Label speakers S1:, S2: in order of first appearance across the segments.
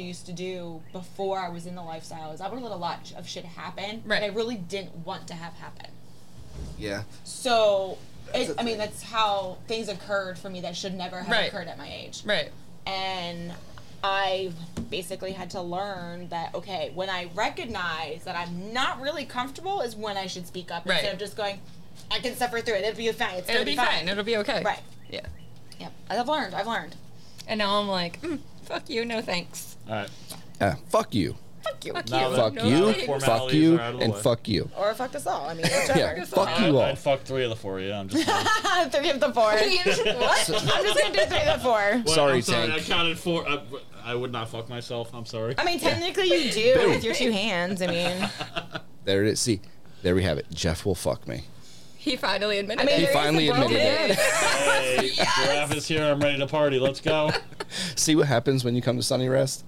S1: used to do before I was in the lifestyle is I would let a lot of shit happen
S2: Right.
S1: that I really didn't want to have happen.
S3: Yeah.
S1: So,
S3: That's
S1: it,
S3: the
S1: I mean,
S3: thing.
S1: that's how things occurred for me that should never have
S2: Right.
S1: occurred at my age.
S2: Right.
S1: And I basically had to learn that, okay, when I recognize that I'm not really comfortable is when I should speak up
S2: Right.
S1: instead of just going, I can suffer through it. It'll be fine. It's going
S2: It'll
S1: to
S2: be fine. It'll be okay.
S1: Right.
S2: Yeah.
S1: Yep. I've learned. I've learned.
S2: And now I'm like, mm, fuck you, no thanks.
S4: All right.
S3: Uh, fuck you.
S2: Fuck you. Fuck
S4: Now
S2: you.
S4: that-
S3: Fuck
S2: no
S3: you.
S2: thanks.
S4: Formalities
S3: Fuck you.
S4: are out of the
S3: And
S4: way.
S3: fuck you.
S1: Or fuck us all. I mean, whichever.
S3: Yeah. Fuck
S4: I,
S3: you all.
S4: I'd fuck three of the four of you. I'm just.
S1: three of the four. I'm
S2: What?
S1: just going to do three of the four.
S4: Wait,
S3: Sorry,
S4: I'm sorry.
S3: Tank.
S4: I counted four. I, I would not fuck myself. I'm sorry.
S1: I mean, technically you do
S3: Boom.
S1: with your two hands. I mean,
S3: There it is. See, there we have it. Jeff will fuck me.
S2: He finally admitted
S1: I mean,
S3: He
S1: there
S2: it.
S1: is
S3: finally
S1: a world
S3: admitted
S1: in
S3: it.
S4: Hey, giraffe is here. I'm ready to party. Let's go.
S3: See what happens when you come to Sunny Rest?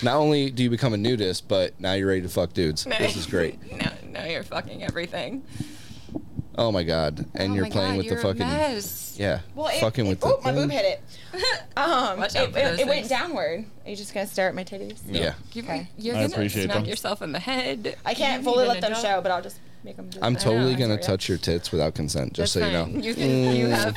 S3: Not only do you become a nudist, but now you're ready to fuck dudes. This is great.
S2: No, no, you're fucking everything.
S3: Oh my god. And
S2: Oh
S3: you're
S2: my
S3: playing
S2: God,
S3: with
S2: you're
S3: the
S2: a
S3: fucking
S2: mess.
S3: Yeah.
S1: Well, it,
S3: fucking
S1: it,
S3: with
S1: oh,
S3: the
S1: my boob
S3: thing.
S1: hit it. Um,
S2: Watch
S1: it,
S2: out for
S1: it-
S2: those
S1: it went
S2: things.
S1: downward. Are you just gonna stare at my titties?
S3: Yeah.
S2: You,
S1: Okay.
S2: You're
S4: I
S2: gonna
S4: appreciate
S2: smack
S4: them.
S2: yourself in the head.
S1: I can't
S2: You
S1: fully
S2: need
S1: let
S2: an
S1: them
S2: adult.
S1: show, but I'll just make them. Do
S3: I'm
S1: it.
S3: totally
S2: I'm
S3: gonna
S2: sorry.
S3: touch your tits without consent, just
S2: That's
S3: so
S2: fine.
S3: you know. Mm.
S2: You can, you have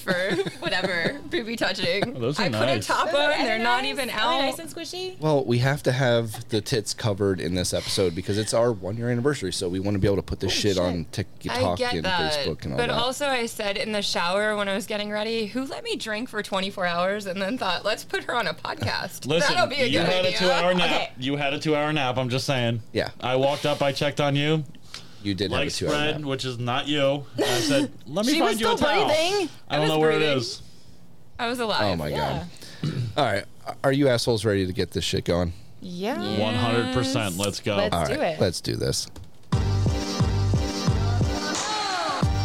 S2: for whatever booby touching.
S4: those are
S2: I put
S4: nice.
S2: a top
S1: Are they-
S2: on.
S1: are
S2: They're
S1: they
S2: not
S1: nice?
S2: even
S1: Are they
S2: out.
S1: Nice and squishy.
S3: Well, we have to have the tits covered in this episode because it's our one year anniversary, so we want to be able to put this shit, on
S2: I
S3: TikTok
S2: get
S3: and
S2: that.
S3: Facebook and all
S2: but
S3: that.
S2: also, I said in the shower when I was getting ready, who let me drink for 24 hours and then thought, let's put her on a podcast?
S4: Listen,
S2: That'll be a
S4: you
S2: good
S4: had
S2: idea.
S4: a two-hour nap.
S1: Okay.
S4: You had a two-hour nap. I'm just saying.
S3: Yeah.
S4: I walked up. I checked on you.
S3: you did have a
S4: Legs
S3: two hour
S4: spread,
S3: nap.
S4: which is not you. I said, "Let me
S1: She was
S4: find you a
S1: still
S4: towel."
S1: breathing.
S4: I don't
S2: was
S4: know where it
S2: breathing.
S4: is.
S2: I was alive.
S3: Oh my
S1: Yeah.
S3: god. All right. Are you assholes ready to get this shit going?
S1: Yeah.
S2: Yeah.
S4: One hundred percent. Let's go.
S1: Let's
S3: All
S1: do
S3: right,
S1: it.
S3: Let's do this.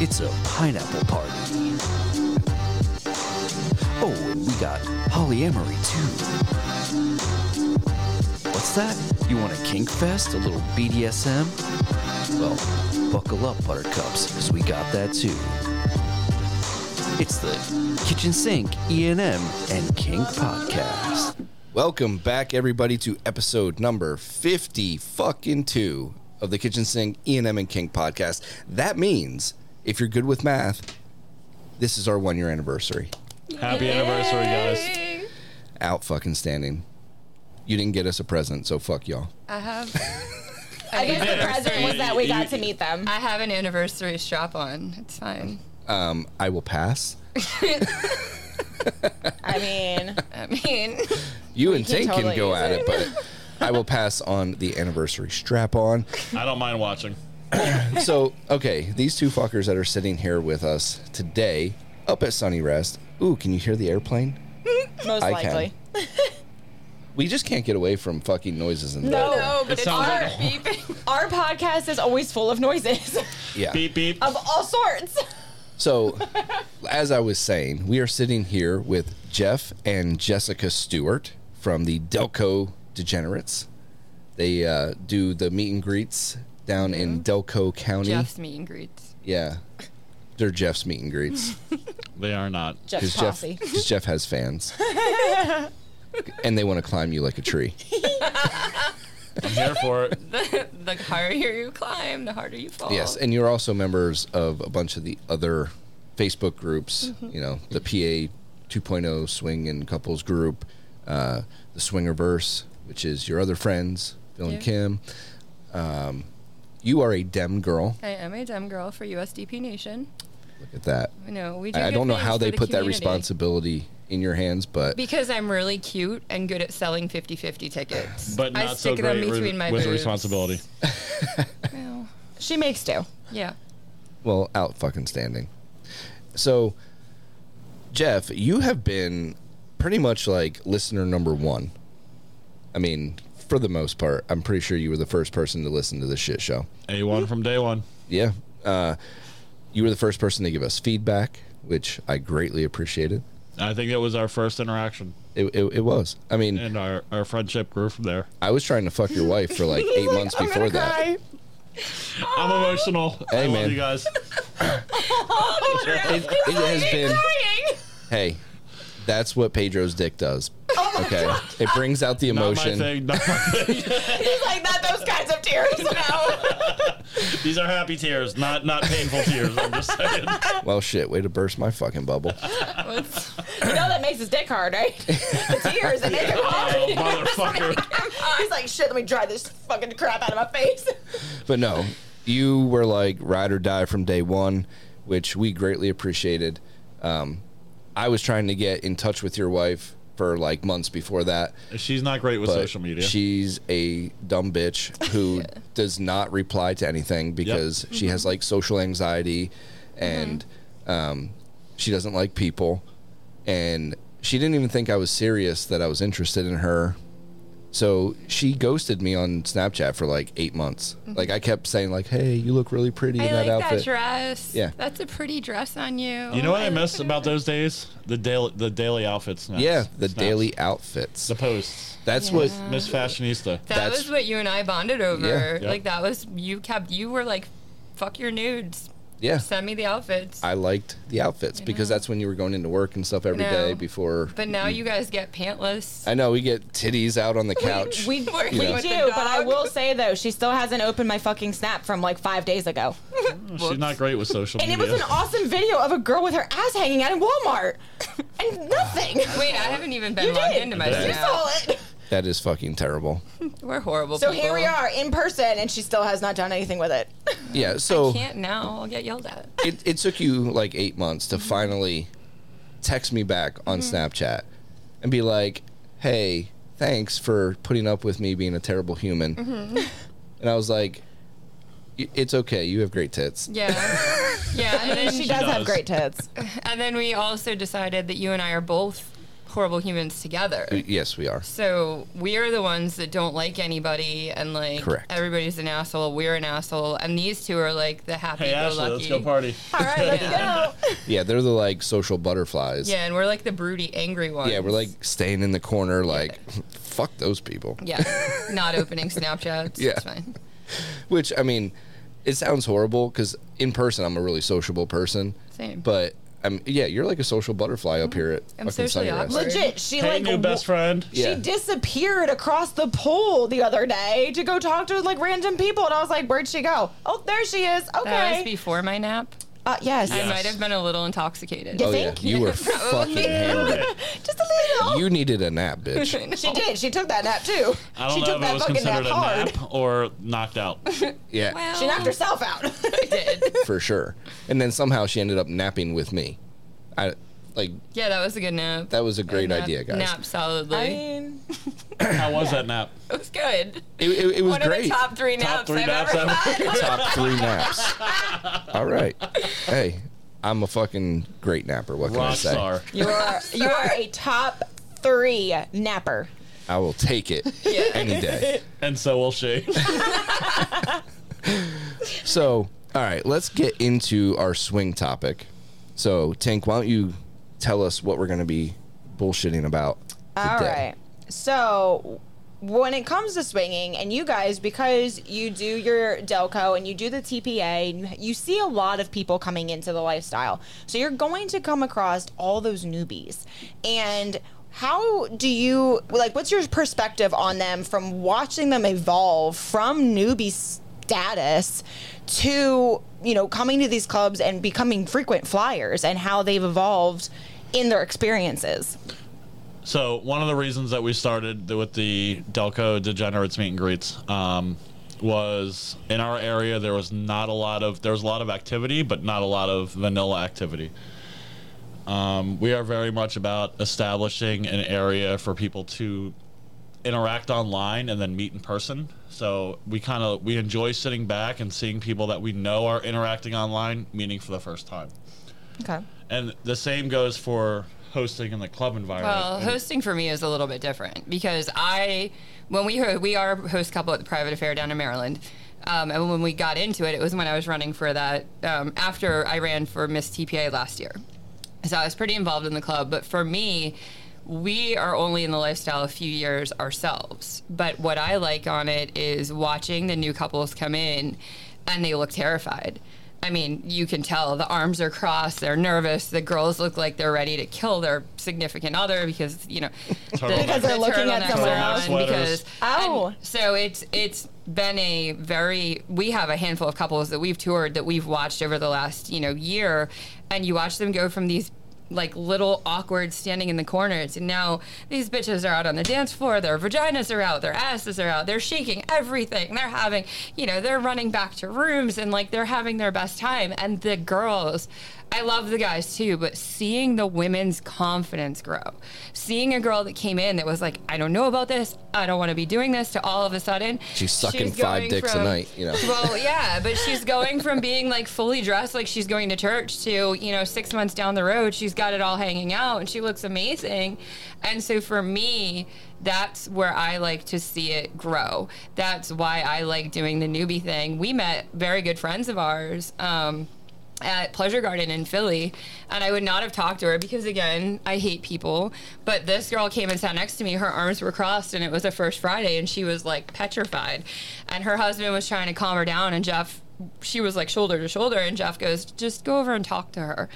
S3: It's a pineapple party.
S5: Oh, and we got polyamory too. What's that? You want a kink fest? A little BDSM? Well, buckle up, buttercups, because we got that too. It's the Kitchen Sink, E&M, and Kink Podcast.
S3: Welcome back, everybody, to episode number fifty fucking two of the Kitchen Sink E and M and Kink podcast. That means if you're good with math, this is our one year anniversary.
S4: Happy anniversary, guys.
S3: Out fucking standing. You didn't get us a present, so fuck y'all.
S2: I have.
S1: I guess the present was that we got to meet them.
S2: I have an anniversary strap on. It's fine.
S3: Um, I will pass.
S1: I mean,
S2: I mean,
S3: You and
S1: can
S3: Tink
S1: totally
S3: can go
S1: use
S3: at it, but I will pass on the anniversary strap on.
S4: I don't mind watching.
S3: so okay, these two fuckers that are sitting here with us today, up at Sunny Rest. Ooh, can you hear the airplane?
S1: most
S3: I can.
S1: likely.
S3: We just can't get away from fucking noises and that.
S2: no, but
S4: It
S2: it's
S4: sounds
S2: our
S4: like
S2: beeping.
S1: Our podcast is always full of noises
S3: Yeah.
S4: Beep beep.
S1: of all sorts.
S3: So, as I was saying, we are sitting here with Jeff and Jessica Stewart from the Delco Degenerates. They uh, do the meet and greets down in Delco County.
S2: Jeff's meet and greets.
S3: Yeah. They're Jeff's meet and greets.
S4: They are not.
S1: Jeff's
S3: Because Jeff,
S1: posse.
S3: 'cause Jeff has fans. and they want to climb you like a tree.
S4: I'm here for it.
S2: The, the higher you climb, the harder you fall.
S3: Yes, and you're also members of a bunch of the other Facebook groups.
S2: Mm-hmm.
S3: You know, the PA 2.0 Swing and Couples group, uh, the Swingerverse, which is your other friends, Phil
S2: Yeah.
S3: and Kim. Um, you are a Dem girl.
S2: I am a dumb girl for USDP Nation.
S3: Look at that.
S2: No, we do.
S3: I, I
S2: good
S3: don't know
S2: things
S3: how
S2: for
S3: they
S2: the
S3: put that
S2: community.
S3: responsibility in your hands, but
S2: Because I'm really cute and good at selling 50-50 tickets.
S4: But
S2: I
S4: not so
S2: stick them
S4: great
S2: between
S4: with,
S2: my
S4: with
S2: boobs.
S4: responsibility.
S2: Well,
S1: She makes do.
S2: yeah.
S3: well, out fucking standing. So, Jeff, you have been pretty much like listener number one. I mean, for the most part, I'm pretty sure you were the first person to listen to this shit show.
S4: A one from day one.
S3: Yeah. Uh, you were the first person to give us feedback, which I greatly appreciated.
S4: I think it was our first interaction,
S3: It, it, it was. I mean,
S4: and our, our friendship grew from there.
S3: I was trying to fuck your wife for like eight months before that.
S4: I'm emotional.
S3: Hey,
S4: I love
S3: man.
S4: you guys.
S1: Oh,
S3: It, it has been. Hey, that's what Pedro's dick does.
S1: Oh
S3: Okay. It brings out the
S4: Not my
S3: emotion.
S4: thing. Not my thing.
S1: He's like, not those kinds of tears. No.
S4: These are happy tears, not not painful tears. I'm just saying.
S3: Well, shit, way to burst my fucking bubble.
S2: What's-
S1: you know that makes his dick hard, right? The tears and make him
S4: Oh,
S1: hard.
S4: motherfucker.
S1: He's like, shit, let me dry this fucking crap out of my face.
S3: But no, you were like ride or die from day one, which we greatly appreciated. Um, I was trying to get in touch with your wife for like months before that.
S4: She's not great with
S3: but
S4: social media.
S3: She's a dumb bitch who does not reply to anything because she has
S2: Mm-hmm.
S3: like social anxiety and um, she doesn't like people. And she didn't even think I was serious that I was interested in her. So she ghosted me on Snapchat for like eight months. Like I kept saying like, "Hey, you look really pretty
S2: Mm-hmm. I
S3: in that
S2: like
S3: outfit."
S2: that dress.
S3: Yeah.
S2: That's a pretty dress on you.
S4: you know what I
S2: love
S4: miss
S2: it.
S4: about those days? The daily the daily outfits. Snaps,
S3: Yeah, the
S4: Snaps.
S3: daily Uh, outfits.
S4: the posts.
S3: That's what
S4: Miss Fashionista.
S2: That
S3: That's-
S2: was what you and I bonded
S3: Yeah.
S2: over.
S4: Yep.
S2: Like that was you kept you were like, fuck your nudes.
S3: yeah.
S2: Send me the outfits.
S3: I liked the outfits because that's when you were going into work and stuff every day
S2: know.
S3: before
S2: but now you guys get pantless.
S3: I know we get titties out on the couch.
S1: We,
S2: Working
S1: we
S2: with the
S1: do, but I
S2: dog.
S1: will say though, she still hasn't opened my fucking snap from like five days ago.
S4: Oh, She's not great with social
S1: And it
S4: media.
S1: was an awesome video of a girl with her ass hanging out in Walmart. And nothing.
S2: Wait, I haven't even been
S1: You
S2: logged
S1: did.
S2: into my
S4: You did.
S1: You
S2: Snap.
S1: saw it.
S3: that is fucking terrible.
S2: We're horrible.
S1: So
S2: people.
S1: here we are in person, and she still has not done anything with it.
S3: Yeah,
S2: I
S3: so
S2: can't now. I'll get yelled at.
S3: it, it took you like eight months to finally text me back on
S2: Mm-hmm.
S3: Snapchat and be like, hey, thanks for putting up with me being a terrible human.
S2: Mm-hmm.
S3: And I was like, "Y- it's okay. You have great tits.
S2: Yeah. yeah. And then,
S1: And she does, have
S4: does.
S1: great tits.
S2: and then we also decided that you and I are both horrible humans together.
S3: Yes, we are.
S2: So we are the ones that don't like anybody and like
S3: Correct.
S2: everybody's an asshole. We're an asshole. And these two are like the happy
S4: hey
S2: go
S4: Ashley,
S2: lucky.
S4: let's go party.
S1: All right, let's
S2: Yeah.
S1: go.
S3: Yeah, they're the like social butterflies.
S2: Yeah, and we're like the broody, angry ones.
S3: Yeah, we're like staying in the corner, like, fuck those people.
S2: yeah, not opening Snapchats.
S3: Yeah.
S2: it's fine.
S3: Which I mean, it sounds horrible because in person I'm a really sociable person.
S2: Same. Mm-hmm.
S3: But I'm yeah, you're like a social butterfly up here at
S2: I'm
S3: fucking
S2: socially
S3: Sunny Rest.
S2: awkward.
S1: Legit, she
S4: Hey,
S1: like
S4: new best
S1: wa-
S4: friend.
S3: Yeah.
S1: She disappeared across the pool the other day to go talk to like random people, and I was like, "Where'd she go? Oh, there she is.
S2: that was
S1: Okay,
S2: before my nap.
S1: uh, yes,
S2: I
S4: Yeah.
S2: might have been a little intoxicated.
S1: Yeah.
S3: Oh yeah,
S1: Thank
S3: you were fucking hammered.
S1: just a little."
S3: You needed a nap, bitch.
S1: she did. She took that nap too.
S4: I don't
S1: she
S4: know
S1: took
S4: if it
S1: that
S4: was
S1: fucking nap
S4: considered a
S1: hard.
S4: nap or knocked out.
S3: Yeah,
S2: Well,
S1: She knocked herself out.
S2: I did.
S3: for sure. And then somehow she ended up napping with me. I like
S2: Yeah, that was a good nap.
S3: that was a great
S2: nap,
S3: idea, guys.
S2: Nap solidly.
S1: I mean,
S4: How was that nap?
S2: it was good.
S3: It, it, it was
S2: One of
S3: great.
S2: the top three naps
S4: Top three
S2: I've
S4: naps
S2: ever
S4: ever.
S2: had.
S3: Top three naps. All right. Hey, I'm a fucking great napper. What can I
S4: Rock
S3: say?
S4: star.
S1: you are you are a top three napper.
S3: I will take it
S2: Yeah.
S3: any day.
S4: And so will she.
S3: So, all right, let's get into our swing topic. So, Tank, why don't you tell us what we're going to be bullshitting about today?
S1: All right. So when it comes to swinging, and you guys, because you do your Delco and you do the TPA, and you see a lot of people coming into the lifestyle. So you're going to come across all those newbies. And how do you like? What's your perspective on them from watching them evolve from newbie status to you know coming to these clubs and becoming frequent flyers, and how they've evolved in their experiences?
S4: So one of the reasons that we started with the Delco Degenerates meet and greets um, was in our area there was not a lot of there was a lot of activity, but not a lot of vanilla activity. Um, we are very much about establishing an area for people to interact online and then meet in person. So we kind of we enjoy sitting back and seeing people that we know are interacting online, meeting for the first time.
S1: Okay.
S4: And the same goes for hosting in the club environment.
S2: Well,
S4: And-
S2: hosting for me is a little bit different because I, when we ho- we are host couple at the private affair down in Maryland, um, and when we got into it, it was when I was running for that um, after I ran for Miss TPA last year, so I was pretty involved in the club. But for me, we are only in the lifestyle a few years ourselves. But what I like on it is watching the new couples come in, and they look terrified. I mean, you can tell the arms are crossed, they're nervous. The girls look like they're ready to kill their significant other because, you know,
S4: Turtleneck. Because
S1: they're looking at
S2: turtleneck
S1: someone
S2: on
S4: else. Turtleneck
S2: Because,
S4: sweaters.
S1: Ow.
S2: and so it's it's been a very we have a handful of couples that we've toured that we've watched over the last, you know, year and you watch them go from these like little awkward standing in the corners and now these bitches are out on the dance floor their vaginas are out their asses are out they're shaking everything they're having you know they're running back to rooms and like they're having their best time and the girls i love the guys too but seeing the women's confidence grow seeing a girl that came in that was like i don't know about this i don't want to be doing this to all of a sudden
S3: She's sucking five
S2: going
S3: dicks a night, you know.
S2: well, yeah, but she's going from being like fully dressed, like she's going to church, to you know, six months down the road, she's got it all hanging out, and she looks amazing. And so for me, that's where I like to see it grow. That's why I like doing the newbie thing. We met very good friends of ours. Um, at Pleasure Garden in Philly, and I would not have talked to her because, again, I hate people. But this girl came and sat next to me. Her arms were crossed, and it was a first Friday, and she was like petrified. And her husband was trying to calm her down, and Jeff, she was like shoulder to shoulder, and Jeff goes, "Just go over and talk to her."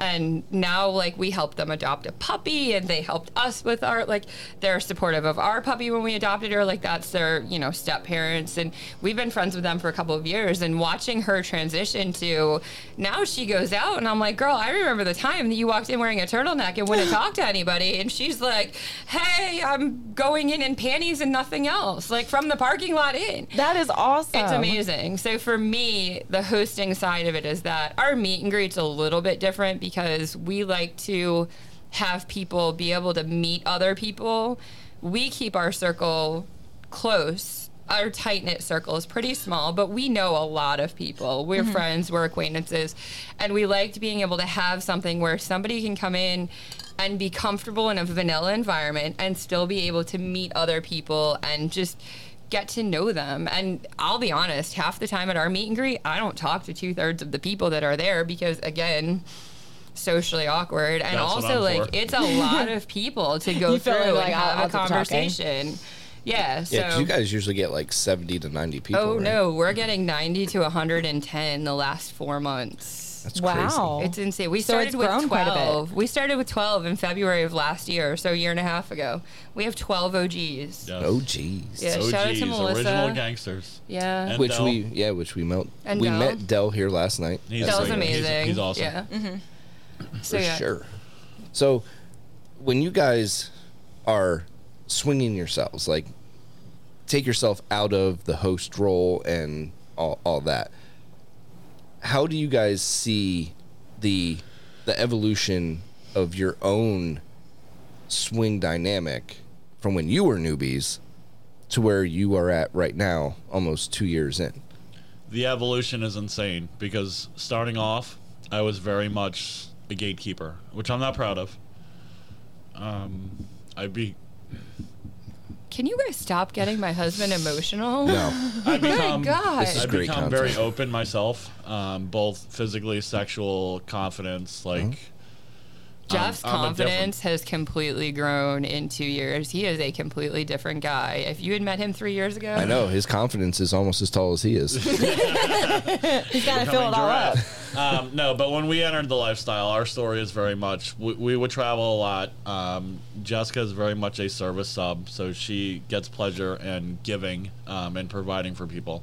S2: And now, like, we helped them adopt a puppy, and they helped us with our like, they're supportive of our puppy when we adopted her. Like, that's their you know step parents, and we've been friends with them for a couple of years. And watching her transition to now she goes out and I'm like, girl, I remember the time that you walked in wearing a turtleneck and wouldn't talk to anybody. And she's like, hey, I'm going in in panties and nothing else, like from the parking lot in.
S1: That is awesome.
S2: It's amazing. So for me, the hosting side of it is that our meet and greet's a little bit different because we like to have people be able to meet other people. We keep our circle close. Our tight knit circle is pretty small, but we know a lot of people. We're friends, we're acquaintances, and we liked being able to have something where somebody can come in and be comfortable in a vanilla environment and still be able to meet other people and just get to know them. And I'll be honest, half the time at our meet and greet, I don't talk to two thirds of the people that are there because, again, socially awkward. And
S4: That's what
S2: also,
S4: I'm
S2: like,
S4: for.
S2: it's a lot of people to go
S1: You
S2: through
S1: feel
S2: and
S1: like, like, I'll-
S2: have
S1: I'll
S2: a
S1: keep talking.
S2: conversation. Yeah. So.
S3: Yeah, 'cause you guys usually get like 70 to 90 people.
S2: Oh
S3: right?
S2: no, we're getting 90 to 110 the last four months.
S3: That's
S1: Wow.
S2: It's insane. We
S1: So
S2: started
S1: it's
S2: with
S1: grown quite a bit.
S2: 12. We started with 12 in February of last year, so a year and a half ago. We have 12 OGs.
S4: Yes.
S3: crazy. Oh, geez.
S2: Yeah.
S4: OGs,
S2: shout out to
S4: original
S2: Melissa.
S4: gangsters.
S2: Yeah.
S4: And
S3: Which
S4: Del.
S3: we, yeah, which we met.
S2: And
S3: we
S2: Del.
S3: met Dell here last night.
S4: He's
S3: That's
S2: That was
S4: like-
S2: amazing.
S4: He's, he's awesome.
S2: Yeah. Mm-hmm. So,
S3: for
S2: yeah.
S3: sure. So, when you guys are swinging yourselves, like take yourself out of the host role and all, all that, how do you guys see the the evolution of your own swing dynamic from when you were newbies to where you are at right now, almost two years in?
S4: the evolution is insane because starting off, I was very much a gatekeeper, which I'm not proud of. Um, I be
S2: Can you guys stop getting my husband emotional?
S3: No,
S4: I become
S2: Oh God.
S4: I
S3: This is
S4: become
S3: great
S4: very
S3: content.
S4: open myself, um, both physically, sexual confidence, like.
S3: Uh-huh.
S2: Jeff's
S4: I'm a different-
S2: confidence has completely grown in two years. He is a completely different guy. If you had met him three years ago,
S3: I know his confidence is almost as tall as he is.
S1: He's got to fill it
S4: becoming
S1: all up.
S4: giraffe. Um, no, but when we entered the lifestyle, our story is very much we, we would travel a lot. Um, Jessica is very much a service sub, so she gets pleasure and giving um, and providing for people.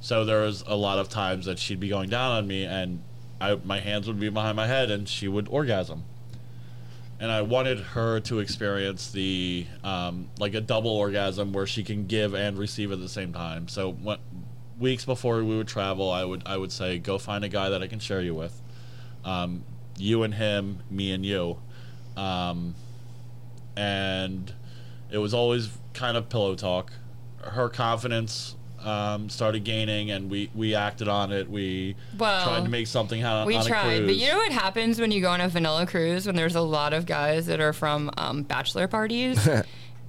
S4: So there was a lot of times that she'd be going down on me, and I, my hands would be behind my head, and she would orgasm. And I wanted her to experience the um, like a double orgasm where she can give and receive at the same time. So when, weeks before we would travel, I would I would say go find a guy that I can share you with. Um, you and him, me and you, um, and it was always kind of pillow talk. Her confidence um, started gaining, and we, we acted on it. We
S2: Well,
S4: tried to make something out
S2: we
S4: on a
S2: tried.
S4: cruise.
S2: But you know what happens when you go on a vanilla cruise when there's a lot of guys that are from um, bachelor parties?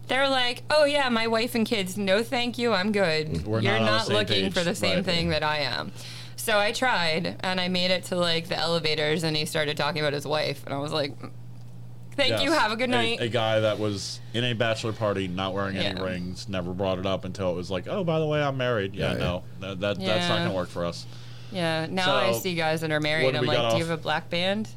S2: They're like, oh yeah, my wife and kids. No, thank you, I'm good.
S4: We're
S2: You're
S4: not on the
S2: not
S4: same
S2: looking
S4: page,
S2: for the same
S4: right.
S2: thing that I am. So I tried, and I made it to like the elevators, and he started talking about his wife, and I was like, thank you,
S4: Yes.
S2: have a good night.
S4: A, guy that was in a bachelor party, not wearing any
S2: Yeah.
S4: rings, never brought it up until it was like, oh, by the way, I'm married. Yeah,
S3: Right.
S4: no, that, that that's not
S2: Yeah.
S4: gonna work for us.
S2: Yeah. Now I
S4: So,
S2: see guys that are married.
S4: what
S2: I'm
S4: we
S2: like,
S4: got
S2: do you
S4: off-
S2: have a black band?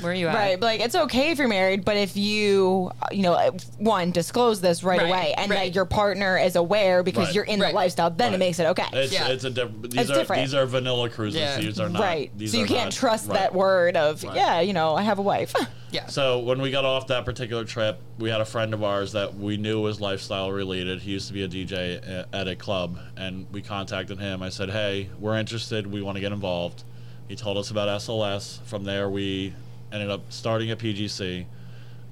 S2: Where are you at?
S1: Right, but like it's okay if you're married, but if you, uh, you know, uh, one disclose this right,
S2: Right,
S1: away, and
S2: right.
S1: that your partner is aware because
S4: Right.
S1: you're in
S2: Right.
S1: the lifestyle, then it
S4: Right.
S1: makes it okay.
S4: It's,
S2: Yeah.
S4: it's a diff- these
S1: It's
S4: are
S1: different.
S4: these are vanilla cruises.
S2: Yeah.
S4: These are not
S1: right,
S4: These
S1: so you
S4: are
S1: can't
S4: not-
S1: trust
S4: right.
S1: that word of
S4: Right.
S1: yeah, you know, I have a wife.
S2: Yeah.
S4: So when we got off that particular trip, we had a friend of ours that we knew was lifestyle related. He used to be a DJ a- at a club, and we contacted him. I said, "Hey, we're interested. We want to get involved." He told us about SLS. From there, we ended up starting at PGC,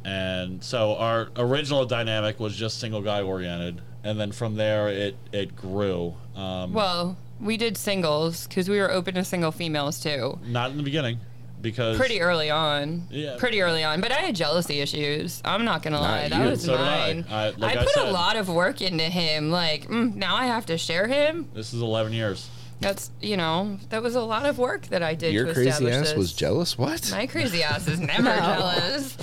S4: and so our original dynamic was just single guy oriented, and then from there it it grew. Um,
S2: well, we did singles because we were open to single females too.
S4: not in the beginning, because
S2: Pretty early on.
S4: Yeah.
S2: Pretty early on. But I had jealousy issues. I'm not going to lie. That
S3: you.
S2: was
S4: So did I.
S2: mine.
S4: I- like I
S2: put a
S4: said-
S2: lot of work into him. Like, mm, now I have to share him.
S4: this is 11 years.
S2: That's, you know, that was a lot of work that I did
S3: Your
S2: to
S3: crazy
S2: establish
S3: ass
S2: this.
S3: was jealous. What?
S2: My crazy ass is never jealous.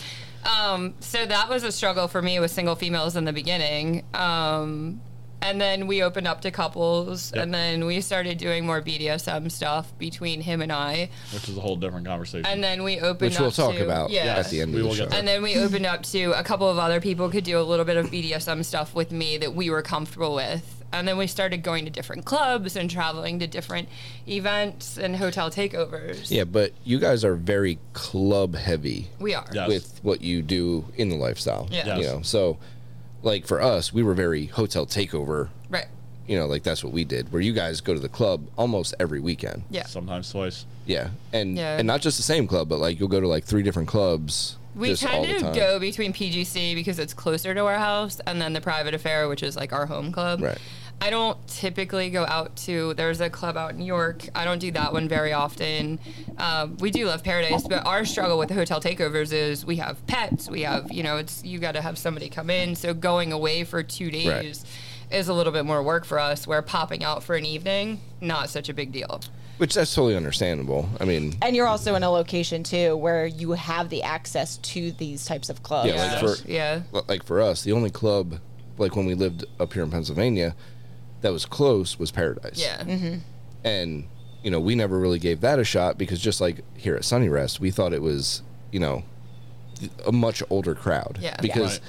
S2: Um, so that was a struggle for me with single females in the beginning. Um, and then we opened up to couples,
S4: Yep.
S2: and then we started doing more BDSM stuff between him and I.
S4: Which is a whole different conversation.
S2: And then we opened
S3: Which
S2: up
S3: we'll talk
S2: to-
S3: about
S2: yeah.
S3: at the end
S4: We
S3: of the
S4: will
S3: show.
S4: get
S2: And then we opened up to a couple of other people could do a little bit of BDSM stuff with me that we were comfortable with. And then we started going to different clubs and traveling to different events and hotel takeovers.
S3: yeah, but you guys are very club heavy
S2: We are.
S4: Yeah. Yes.
S3: with what you do in the lifestyle.
S2: Yeah.
S3: You
S4: Yes.
S3: know, so like for us, we were very hotel takeover.
S2: Right.
S3: You know, like that's what we did. Where you guys go to the club almost every weekend.
S2: Yeah.
S4: sometimes twice.
S3: Yeah, and
S2: Yeah.
S3: and not just the same club, but like you'll go to like three different clubs.
S2: We
S3: just all
S2: tend
S3: the
S2: to
S3: time.
S2: go between PGC because it's closer to our house, and then the private affair, which is like our home club.
S3: Right.
S2: I don't typically go out to. There's a club out in York. I don't do that one very often. Um, we do love Paradise, but our struggle with the hotel takeovers is we have pets. We have you know it's you got to have somebody come in. So going away for two days is a little bit more work for us. Where popping out for an evening, not such a big deal.
S3: which that's totally understandable. I mean,
S1: and you're also in a location too where you have the access to these types of clubs.
S3: Yeah, like for
S2: Yeah.
S3: li- like for us, the only club, like when we lived up here in Pennsylvania, that was close was Paradise.
S2: Yeah.
S3: and you know we never really gave that a shot because just like here at Sunny Rest, we thought it was you know a much older crowd.
S2: Yeah.
S3: because
S4: Right.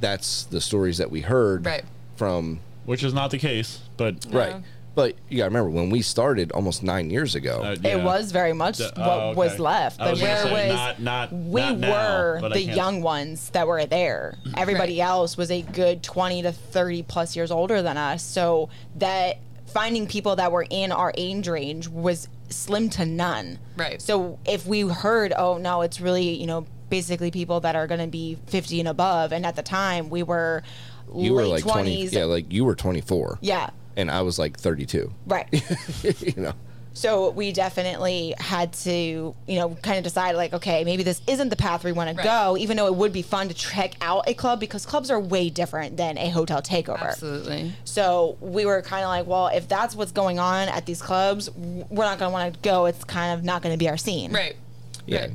S3: that's the stories that we heard
S2: Right.
S3: from
S4: which is not the case, but
S3: right. But you gotta remember when we started almost nine years ago.
S4: Uh, yeah.
S1: It was very much
S4: The-
S1: what
S4: oh,
S1: was
S4: okay.
S1: left.
S4: I
S1: But
S4: was gonna
S1: where
S4: say,
S1: was
S4: not- not-
S1: we
S4: not now,
S1: were
S4: but I
S1: the
S4: can't-
S1: young ones that were there. Everybody
S2: Right.
S1: else was a good twenty to thirty plus years older than us. So that finding people that were in our age range was slim to none.
S2: Right.
S1: So if we heard, oh no, it's really you know basically people that are going to be fifty and above, and at the time we were
S3: you were
S1: late
S3: like 20
S1: twenties.
S3: yeah like you were 24
S1: yeah.
S3: and i was like 32
S1: Right.
S3: you know
S1: So we definitely had to, you know, kind of decide like, okay, maybe this isn't the path we want to
S2: Right.
S1: go, even though it would be fun to check out a club because clubs are way different than a hotel takeover.
S2: Absolutely.
S1: So we were kind of like, well, if that's what's going on at these clubs, w- we're not going to want to go. It's kind of not going to be our scene.
S2: Right.
S3: yeah
S2: Right.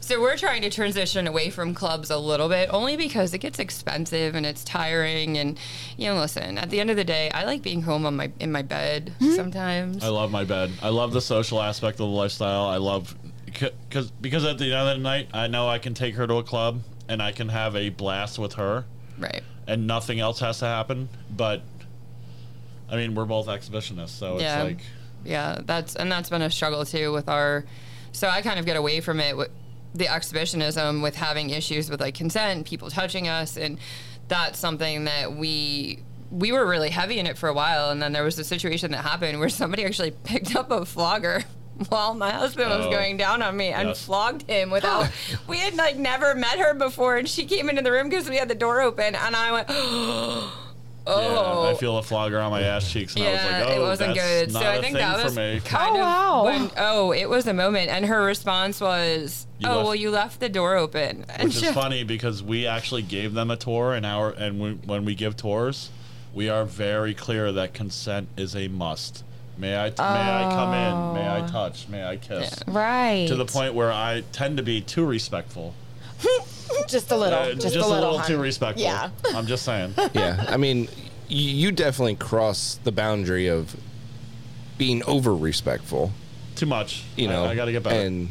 S2: So we're trying to transition away from clubs a little bit, only because it gets expensive and it's tiring. And you know, listen, at the end of the day, I like being home on my in my bed sometimes.
S4: I love my bed. I love the social aspect of the lifestyle. I love because because at the end of the night, I know I can take her to a club and I can have a blast with her,
S2: right.
S4: and nothing else has to happen. But I mean, we're both exhibitionists, so
S2: Yeah.
S4: it's like
S2: Yeah. That's and that's been a struggle too with our. So I kind of get away from it with the exhibitionism with having issues with like consent, people touching us, and that's something that we. We were really heavy in it for a while, and then there was a situation that happened where somebody actually picked up a flogger while my husband was
S4: Oh.
S2: going down on me and
S4: Yes.
S2: flogged him without. we had like never met her before, and she came into the room because we had the door open, and I went, "Oh,
S4: yeah, I feel a flogger on my ass cheeks, and I
S2: yeah,
S4: was like, oh,
S2: it wasn't
S4: that's
S2: good."
S4: Not
S2: So I
S4: a
S2: think
S4: thing
S2: that was
S4: for me.
S2: kind
S1: Oh,
S2: of
S1: wow.
S2: when- oh, it was a moment, and her response was,
S4: You
S2: "Oh,
S4: left-
S2: well, you left the door open," and
S4: which is funny because we actually gave them a tour and our and we, when we give tours we are very clear that consent is a must may i t- may i come in may i touch may i kiss
S1: Oh. Right.
S4: to the point where i tend to be too respectful
S1: Just a little.
S4: Uh,
S1: just, a little.
S4: too
S1: hun.
S4: respectful
S1: Yeah.
S4: i'm just saying
S3: yeah i mean you, you definitely cross the boundary of being over respectful
S4: too much.
S3: you
S4: I-
S3: know.
S4: I, got to get better.
S3: And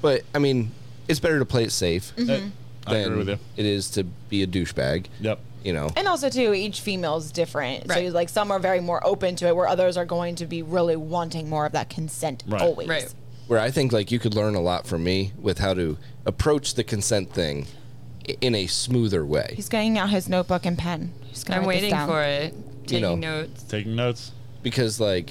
S3: but I mean, it's better to play it safe
S2: Mm-hmm.
S4: Uh, I
S3: than
S4: agree with you.
S3: it is to be a douchebag.
S4: Yep.
S3: You know.
S1: And also too, each female is different. So
S2: Right.
S1: like some are very more open to it, where others are going to be really wanting more of that consent
S4: Right.
S1: always.
S2: Right.
S3: where I think like you could learn a lot from me with how to approach the consent thing i- in a smoother way.
S1: He's getting out his notebook and pen. He's gonna
S2: I'm
S1: write this
S2: waiting
S1: down.
S2: for it. Taking
S3: know.
S2: notes.
S4: Taking notes.
S3: Because like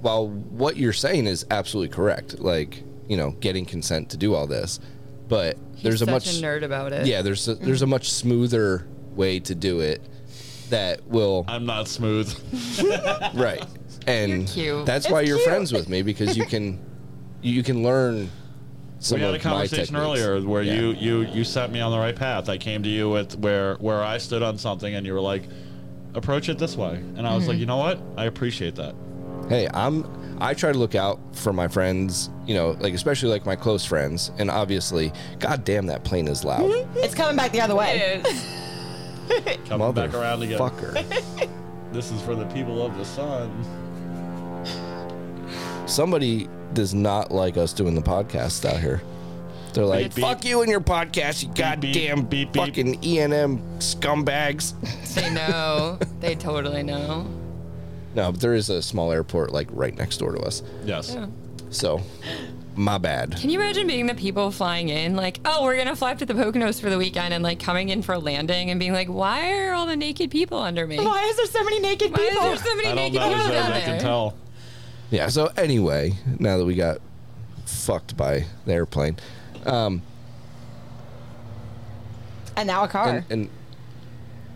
S3: while what you're saying is absolutely correct, like, you know, getting consent to do all this, but there's a
S2: Such
S3: much
S2: a nerd about it. Mm-hmm.
S3: yeah, there's a, there's a much smoother way to do it that will
S4: I'm not smooth.
S3: right. And
S2: cute.
S3: that's
S1: It's
S3: why you're
S1: cute.
S3: friends with me because you can you can learn some
S4: we
S3: of
S4: had a
S3: my
S4: conversation
S3: techniques.
S4: earlier where
S3: Yeah.
S4: you you you set me on the right path. I came to you with where where I stood on something, and you were like, "Approach it this way," and I was
S2: Mm-hmm.
S4: like, "You know what? I appreciate that."
S3: hey i'm i try to look out for my friends you know like especially like my close friends and obviously god damn that plane is loud
S1: It's coming back the other way.
S4: Coming back around again.
S3: motherfucker
S4: This is for the people of the sun.
S3: somebody does not like us doing the podcast out here they're like
S4: beep.
S3: fuck you and your podcast you
S4: beep,
S3: goddamn
S4: beep, beep.
S3: fucking enm scumbags
S2: They know. they totally know.
S3: no but there is a small airport like right next door to us
S4: Yes.
S2: Yeah.
S3: so my bad
S2: Can you imagine being the people flying in, like, oh, we're gonna fly up to the Poconos for the weekend, and like coming in for a landing and being like, why are all the naked people under me? Why
S1: Why is there so many naked
S2: is
S1: people?
S2: there so many
S4: I don't
S2: naked
S4: know
S2: people
S4: if
S2: down
S4: they
S2: there?
S4: can tell.
S3: yeah so anyway now that we got fucked by the airplane um
S1: and now a car.
S3: and, and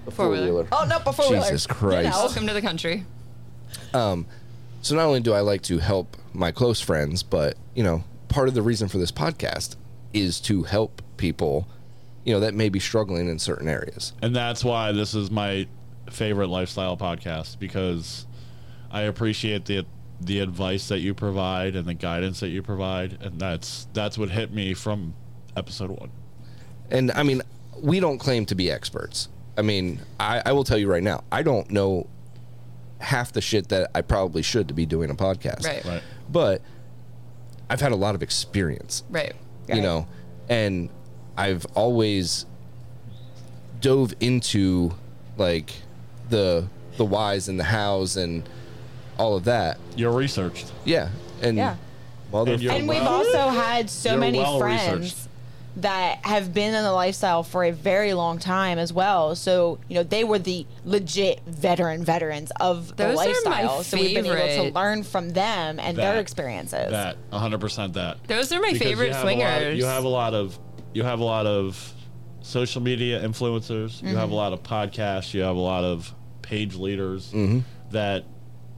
S3: a
S2: Four-wheeler.
S3: four-wheeler.
S1: oh no, before we
S3: Jesus Christ.
S2: Welcome to the country.
S3: So not only do I like to help my close friends, but you know, part of the reason for this podcast is to help people, you know, that may be struggling in certain areas.
S4: And that's why this is my favorite lifestyle podcast because I appreciate the the advice that you provide and the guidance that you provide, and that's that's what hit me from episode one.
S3: And I mean, we don't claim to be experts. I mean, I, I will tell you right now, I don't know half the shit that I probably should to be doing a podcast.
S2: Right.
S4: Right.
S3: But I've had a lot of experience.
S2: Right.
S3: you
S1: Right.
S3: know and i've always dove into like the the whys and the hows and all of that
S4: You're researched.
S3: yeah and
S1: Yeah.
S3: mother
S4: And you're-
S1: And we've
S4: Wow.
S1: also had so
S4: You're
S1: many
S4: well
S1: friends
S4: researched.
S1: that have been in the lifestyle for a very long time as well. So, you know, they were the legit veteran veterans of the
S2: Those are my
S1: lifestyle. So we've been able
S2: favorite.
S1: to learn from them and
S4: That-
S1: their experiences.
S4: That 100 percent that.
S2: Those are my
S4: Because you
S2: favorite
S4: have a lot-
S2: swingers.
S4: you have a lot of you have a lot of social media influencers. You
S2: Mm-hmm.
S4: have a lot of podcasts. You have a lot of page leaders
S1: Mm-hmm.
S4: that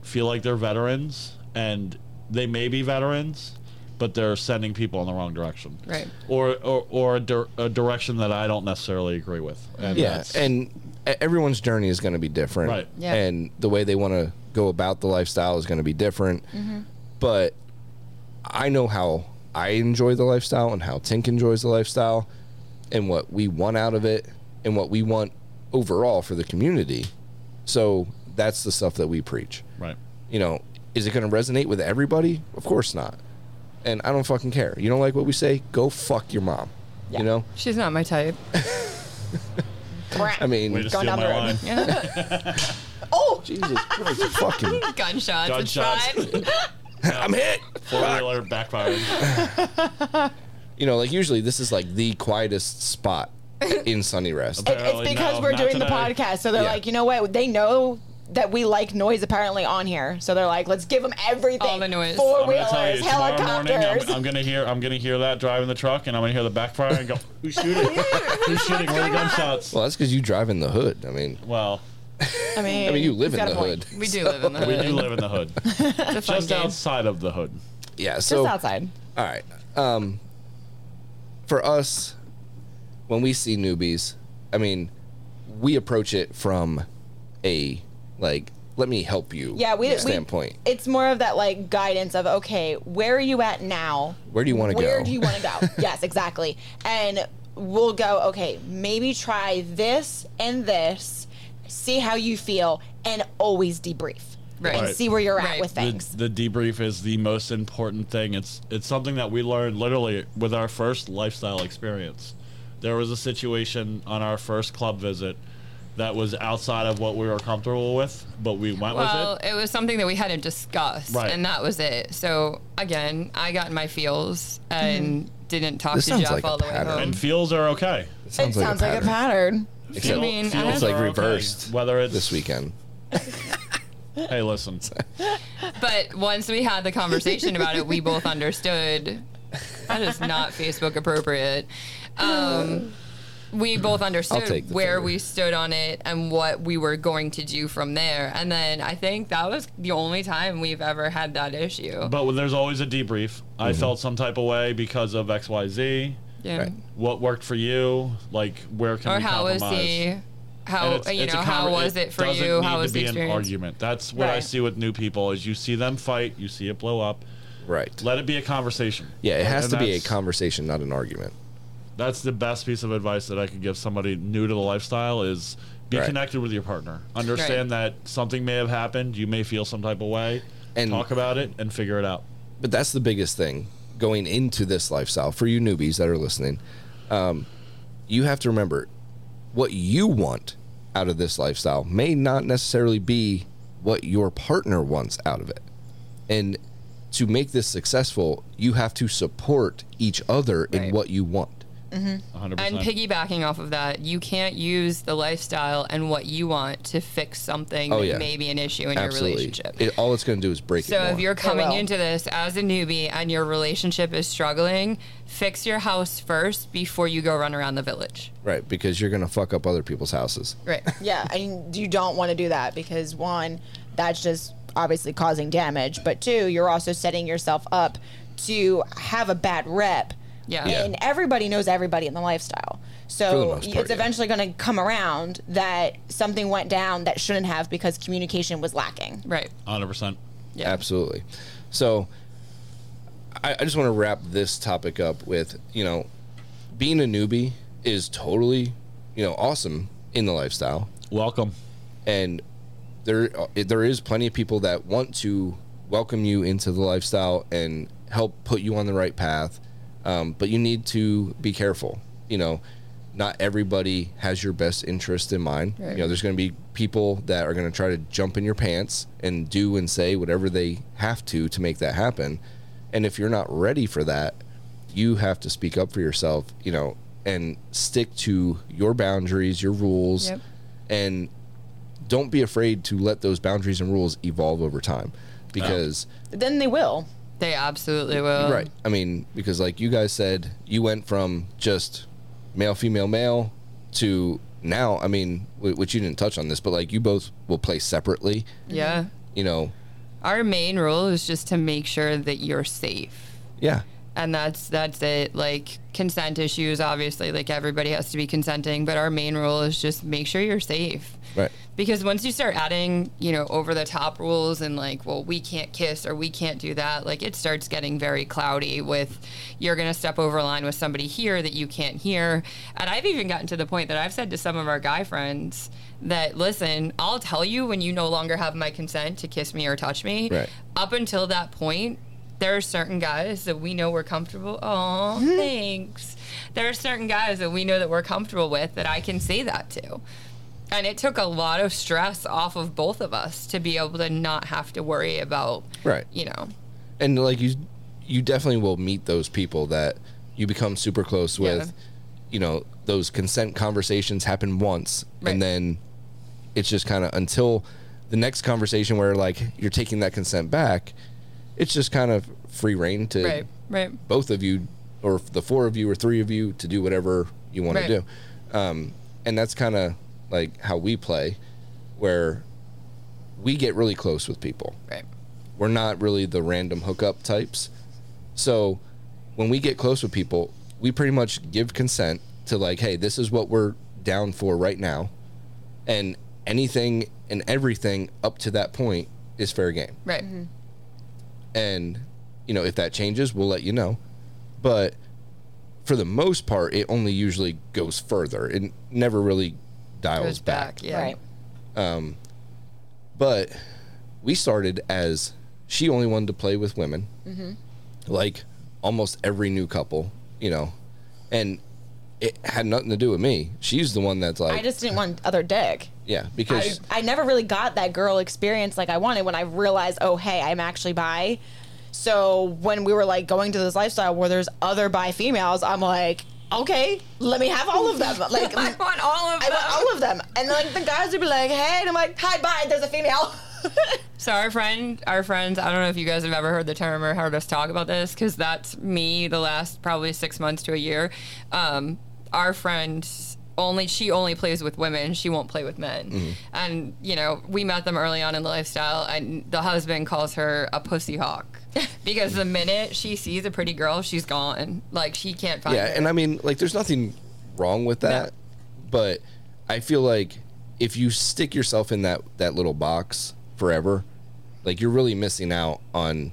S4: feel like they're veterans, and they may be veterans, but they're sending people in the wrong direction,
S2: Right.
S4: Or or, or a, dir- a direction that I don't necessarily agree with. And
S3: yeah
S4: that's-
S3: and e- everyone's journey is going to be different
S4: Right.
S2: Yeah.
S3: and the way they want to go about the lifestyle is going to be different but i know how i enjoy the lifestyle and how tink enjoys the lifestyle and what we want out of it and what we want overall for the community so that's the stuff that we preach
S4: right.
S3: you know is it going to resonate with everybody of course not and i don't fucking care you don't like what we say go fuck your mom
S1: Yeah.
S3: you know
S2: She's not my type.
S1: Crap.
S3: i mean
S4: Way to
S1: Going
S4: steal
S1: down
S4: my
S1: the road.
S4: line.
S1: oh,
S3: jesus christ fucking
S2: Gunshots.
S4: Gunshots.
S2: It's fine.
S3: i'm hit
S4: Four wheeler backfiring.
S3: you know, like usually this is like the quietest spot in Sunny Rest.
S1: It- it's
S4: Apparently
S1: because
S4: no,
S1: we're
S4: not
S1: doing the
S4: today.
S1: podcast. So they're
S3: Yeah.
S1: like, you know what? They know that we like noise apparently on here. So they're like, let's give them everything.
S2: All the noise.
S1: Four
S4: I'm gonna tell you,
S1: wheelers,
S4: tomorrow morning,
S1: helicopters.
S4: I'm, I'm gonna hear, I'm gonna hear that driving the truck, and I'm gonna hear the backfire and go, "Who's shooting? Who's shooting? Where are the gunshots?"
S3: Well, that's because you drive in the hood. I mean,
S4: Well,
S1: I mean,
S3: I mean, you
S1: he's
S3: live in
S1: got a
S3: the
S1: point.
S3: hood.
S2: We do live in the hood.
S4: we do live in the hood,
S2: It's a fun
S4: just
S2: game.
S4: outside of the hood.
S3: Yeah.
S1: Just
S3: So, all
S1: outside.
S3: right. Um, for us, when we see newbies, I mean, we approach it from a like, let me help you.
S1: Yeah, we, we
S3: standpoint.
S1: It's more of that like guidance of okay, where are you at now?
S3: Where do you wanna
S1: Where
S3: go?
S1: do you want to go? yes, exactly. And we'll go okay, maybe try this and this, see how you feel, and always debrief.
S2: Right.
S1: and
S4: Right.
S1: see where you're at
S2: Right.
S1: with things.
S4: The, the debrief is the most important thing. It's it's something that we learned literally with our first lifestyle experience. There was a situation on our first club visit that was outside of what we were comfortable with, but we went
S2: Well,
S4: with it.
S2: it? was something that we hadn't discussed,
S4: Right.
S2: and that was it. So again, I got in my feels and didn't talk
S3: Mm-hmm. This
S2: to
S3: sounds
S2: Jeff
S3: like a
S2: all the way
S3: pattern.
S2: home.
S4: And feels are okay.
S1: it sounds like a pattern.
S3: Except
S2: I mean,
S4: Feel-
S2: I
S4: feels
S2: don't-
S4: are
S3: It's like reversed
S4: Whether it's
S3: this weekend.
S4: Hey, listen.
S2: But once we had the conversation about it, we both understood that is not Facebook appropriate. Um, we both
S3: take
S2: understood
S3: the
S2: where
S3: favor.
S2: we stood on it and what we were going to do from there. And then I think that was the only time we've ever had that issue.
S4: But there's always a debrief. I
S3: Mm-hmm.
S4: felt some type of way because of X, Y, Z.
S2: yeah.
S3: Right.
S4: What worked for you? Like, where can
S2: Or
S4: we
S2: how was
S4: compromise?
S2: the
S4: And
S2: how
S4: it's-
S2: you
S4: it's
S2: know
S4: a
S2: how
S4: conver-
S2: was it for
S4: doesn't
S2: you?
S4: need
S2: How
S4: to
S2: was the
S4: be an
S2: experience?
S4: argument? That's what I
S1: Right.
S4: see with new people: is you see them fight, you see it blow up.
S3: Right.
S4: Let it be a conversation.
S3: Yeah, it has
S4: And
S3: to be a
S4: that's-
S3: conversation, not an argument.
S4: That's the best piece of advice that I could give somebody new to the lifestyle: is be
S3: Right.
S4: connected with your partner. Understand that something may have happened. You may feel some type of way.
S3: And-
S4: talk about it and figure it out.
S3: But that's the biggest thing going into this lifestyle for you newbies that are listening. Um, you have to remember what you want out of this lifestyle may not necessarily be what your partner wants out of it. And to make this successful, you have to support each other in
S2: Right.
S3: what you want.
S4: 100.
S2: And piggybacking off of that, you can't use the lifestyle and what you want to fix something
S3: Oh,
S2: that
S3: yeah.
S2: may be an issue in your
S3: Absolutely.
S2: relationship.
S3: It, all it's going to do is break it.
S2: so if
S3: more.
S2: you're coming
S1: will.
S2: into this as a newbie and your relationship is struggling, fix your house first before you go run around the village.
S3: right, because you're going to fuck up other people's houses.
S2: Right.
S1: Yeah, and you don't want to do that because one, that's just obviously causing damage, but two, you're also setting yourself up to have a bad rep.
S2: Yeah. Yeah.
S1: And everybody knows everybody in the lifestyle.
S3: For the
S1: So
S3: most part,
S1: it's
S3: yeah.
S1: eventually going to come around that something went down that shouldn't have because communication was lacking.
S2: Right.
S4: 100. percent
S2: Yeah.
S3: Absolutely. So I, I just want to wrap this topic up with, you know, being a newbie is totally, you know, awesome in the lifestyle.
S4: Welcome.
S3: And there uh, there is plenty of people that want to welcome you into the lifestyle and help put you on the right path. Um, but you need to be careful. You know, not everybody has your best interest in mind. You know, there's going to be people that are going to try to jump in your pants and do and say whatever they have to to make that happen. And if you're not ready for that, you have to speak up for yourself, you know, and stick to your boundaries, your rules,
S2: Yep.
S3: and don't be afraid to let those boundaries and rules evolve over time because
S1: Then they will.
S2: They absolutely will.
S3: right i mean because like you guys said you went from just male female male to now i mean wh- which you didn't touch on this but like you both will play separately
S2: Yeah.
S3: you know
S2: Our main rule is just to make sure that you're safe.
S3: yeah
S2: and that's that's it like consent issues obviously like everybody has to be consenting but our main rule is just make sure you're safe
S3: right
S2: because once you start adding you know over the top rules and like well we can't kiss or we can't do that like it starts getting very cloudy with you're going to step over a line with somebody here that you can't hear and i've even gotten to the point that i've said to some of our guy friends that listen i'll tell you when you no longer have my consent to kiss me or touch me
S3: Right.
S2: up until that point there are certain guys that we know we're comfortable oh thanks there are certain guys that we know that we're comfortable with that i can say that to and it took a lot of stress off of both of us to be able to not have to worry about
S3: Right.
S2: you know
S3: and like you you definitely will meet those people that you become super close with you know those consent conversations happen once
S2: Right.
S3: and then it's just kind of until the next conversation where like you're taking that consent back it's just kind of free reign to
S2: right right
S3: both of you or the four of you or three of you to do whatever you want
S2: Right.
S3: to do um, and that's kind of like how we play where we get really close with people
S2: right
S3: we're not really the random hookup types. So when we get close with people, we pretty much give consent to like, hey, this is what we're down for right now. And anything and everything up to that point is fair game.
S2: right
S1: Mm-hmm.
S3: And, you know, if that changes, we'll let you know. But for the most part, it only usually goes further. It never really dials
S2: goes back, yeah
S1: Right.
S3: but we started as she only wanted to play with women,
S1: Mm-hmm.
S3: like almost every new couple, you know, and it had nothing to do with me. She's the one that's like,
S1: I just didn't want other dick.
S3: yeah,
S1: I,
S3: because
S1: I never really got that girl experience like I wanted when I realized, oh, hey, I'm actually bi. So when we were like going to this lifestyle where there's other bi females, I'm like, okay, let me have all of them. Like,
S2: I want all of
S1: I
S2: them.
S1: want all of them. And like the guys would be like, hey, and I'm like, hi, bye, there's a female.
S2: So our friend, our friends, I don't know if you guys have ever heard the term or heard us talk about this, because that's me the last probably six months to a year. Um, our friend only she only plays with women. She won't play with men.
S3: Mm-hmm.
S2: And you know, we met them early on in the lifestyle, and the husband calls her a pussy hawk because the minute she sees a pretty girl, she's gone. Like she can't find.
S3: yeah,
S2: her.
S3: and I mean, like, there's nothing wrong with that, but I feel like if you stick yourself in that that little box forever, like you're really missing out on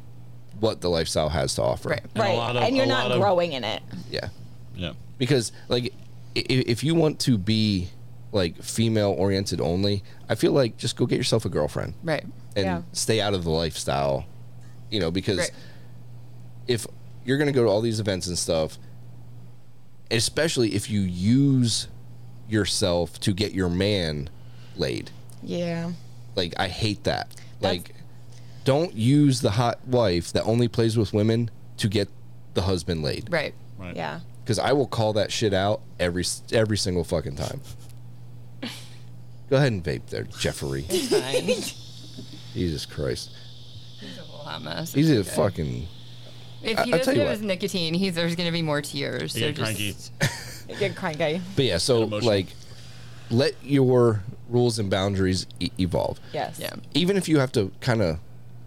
S3: what the lifestyle has to offer.
S2: Right.
S4: a
S1: right.
S4: lot of-
S1: and you're
S4: a
S1: not
S4: lot of-
S1: growing in it.
S3: Yeah.
S4: Yeah.
S3: because like if, if you want to be like female oriented only i feel like just go get yourself a girlfriend
S2: right.
S3: and
S1: Yeah.
S3: stay out of the lifestyle you know because
S2: Right.
S3: if you're going to go to all these events and stuff especially if you use yourself to get your man laid
S1: Yeah.
S3: like i hate that like don't use the hot wife that only plays with women to get the husband laid
S2: Right.
S4: Right.
S1: Yeah.
S3: because I will call that shit out every every single fucking time. Go ahead and vape there, Jeffrey.
S2: Fine. He's
S3: Jesus Christ,
S2: a whole hot mess.
S3: he's a fucking.
S2: If
S3: I-
S2: he
S3: I'll tell
S2: doesn't
S3: you
S2: give
S3: what.
S2: us nicotine, he's there's gonna be more tears.
S4: You
S2: So
S4: get cranky.
S2: just
S1: Good cranky.
S3: But yeah, so
S4: emotional.
S3: like, let your rules and boundaries e- evolve.
S1: Yes.
S2: yeah.
S3: Even if you have to kind of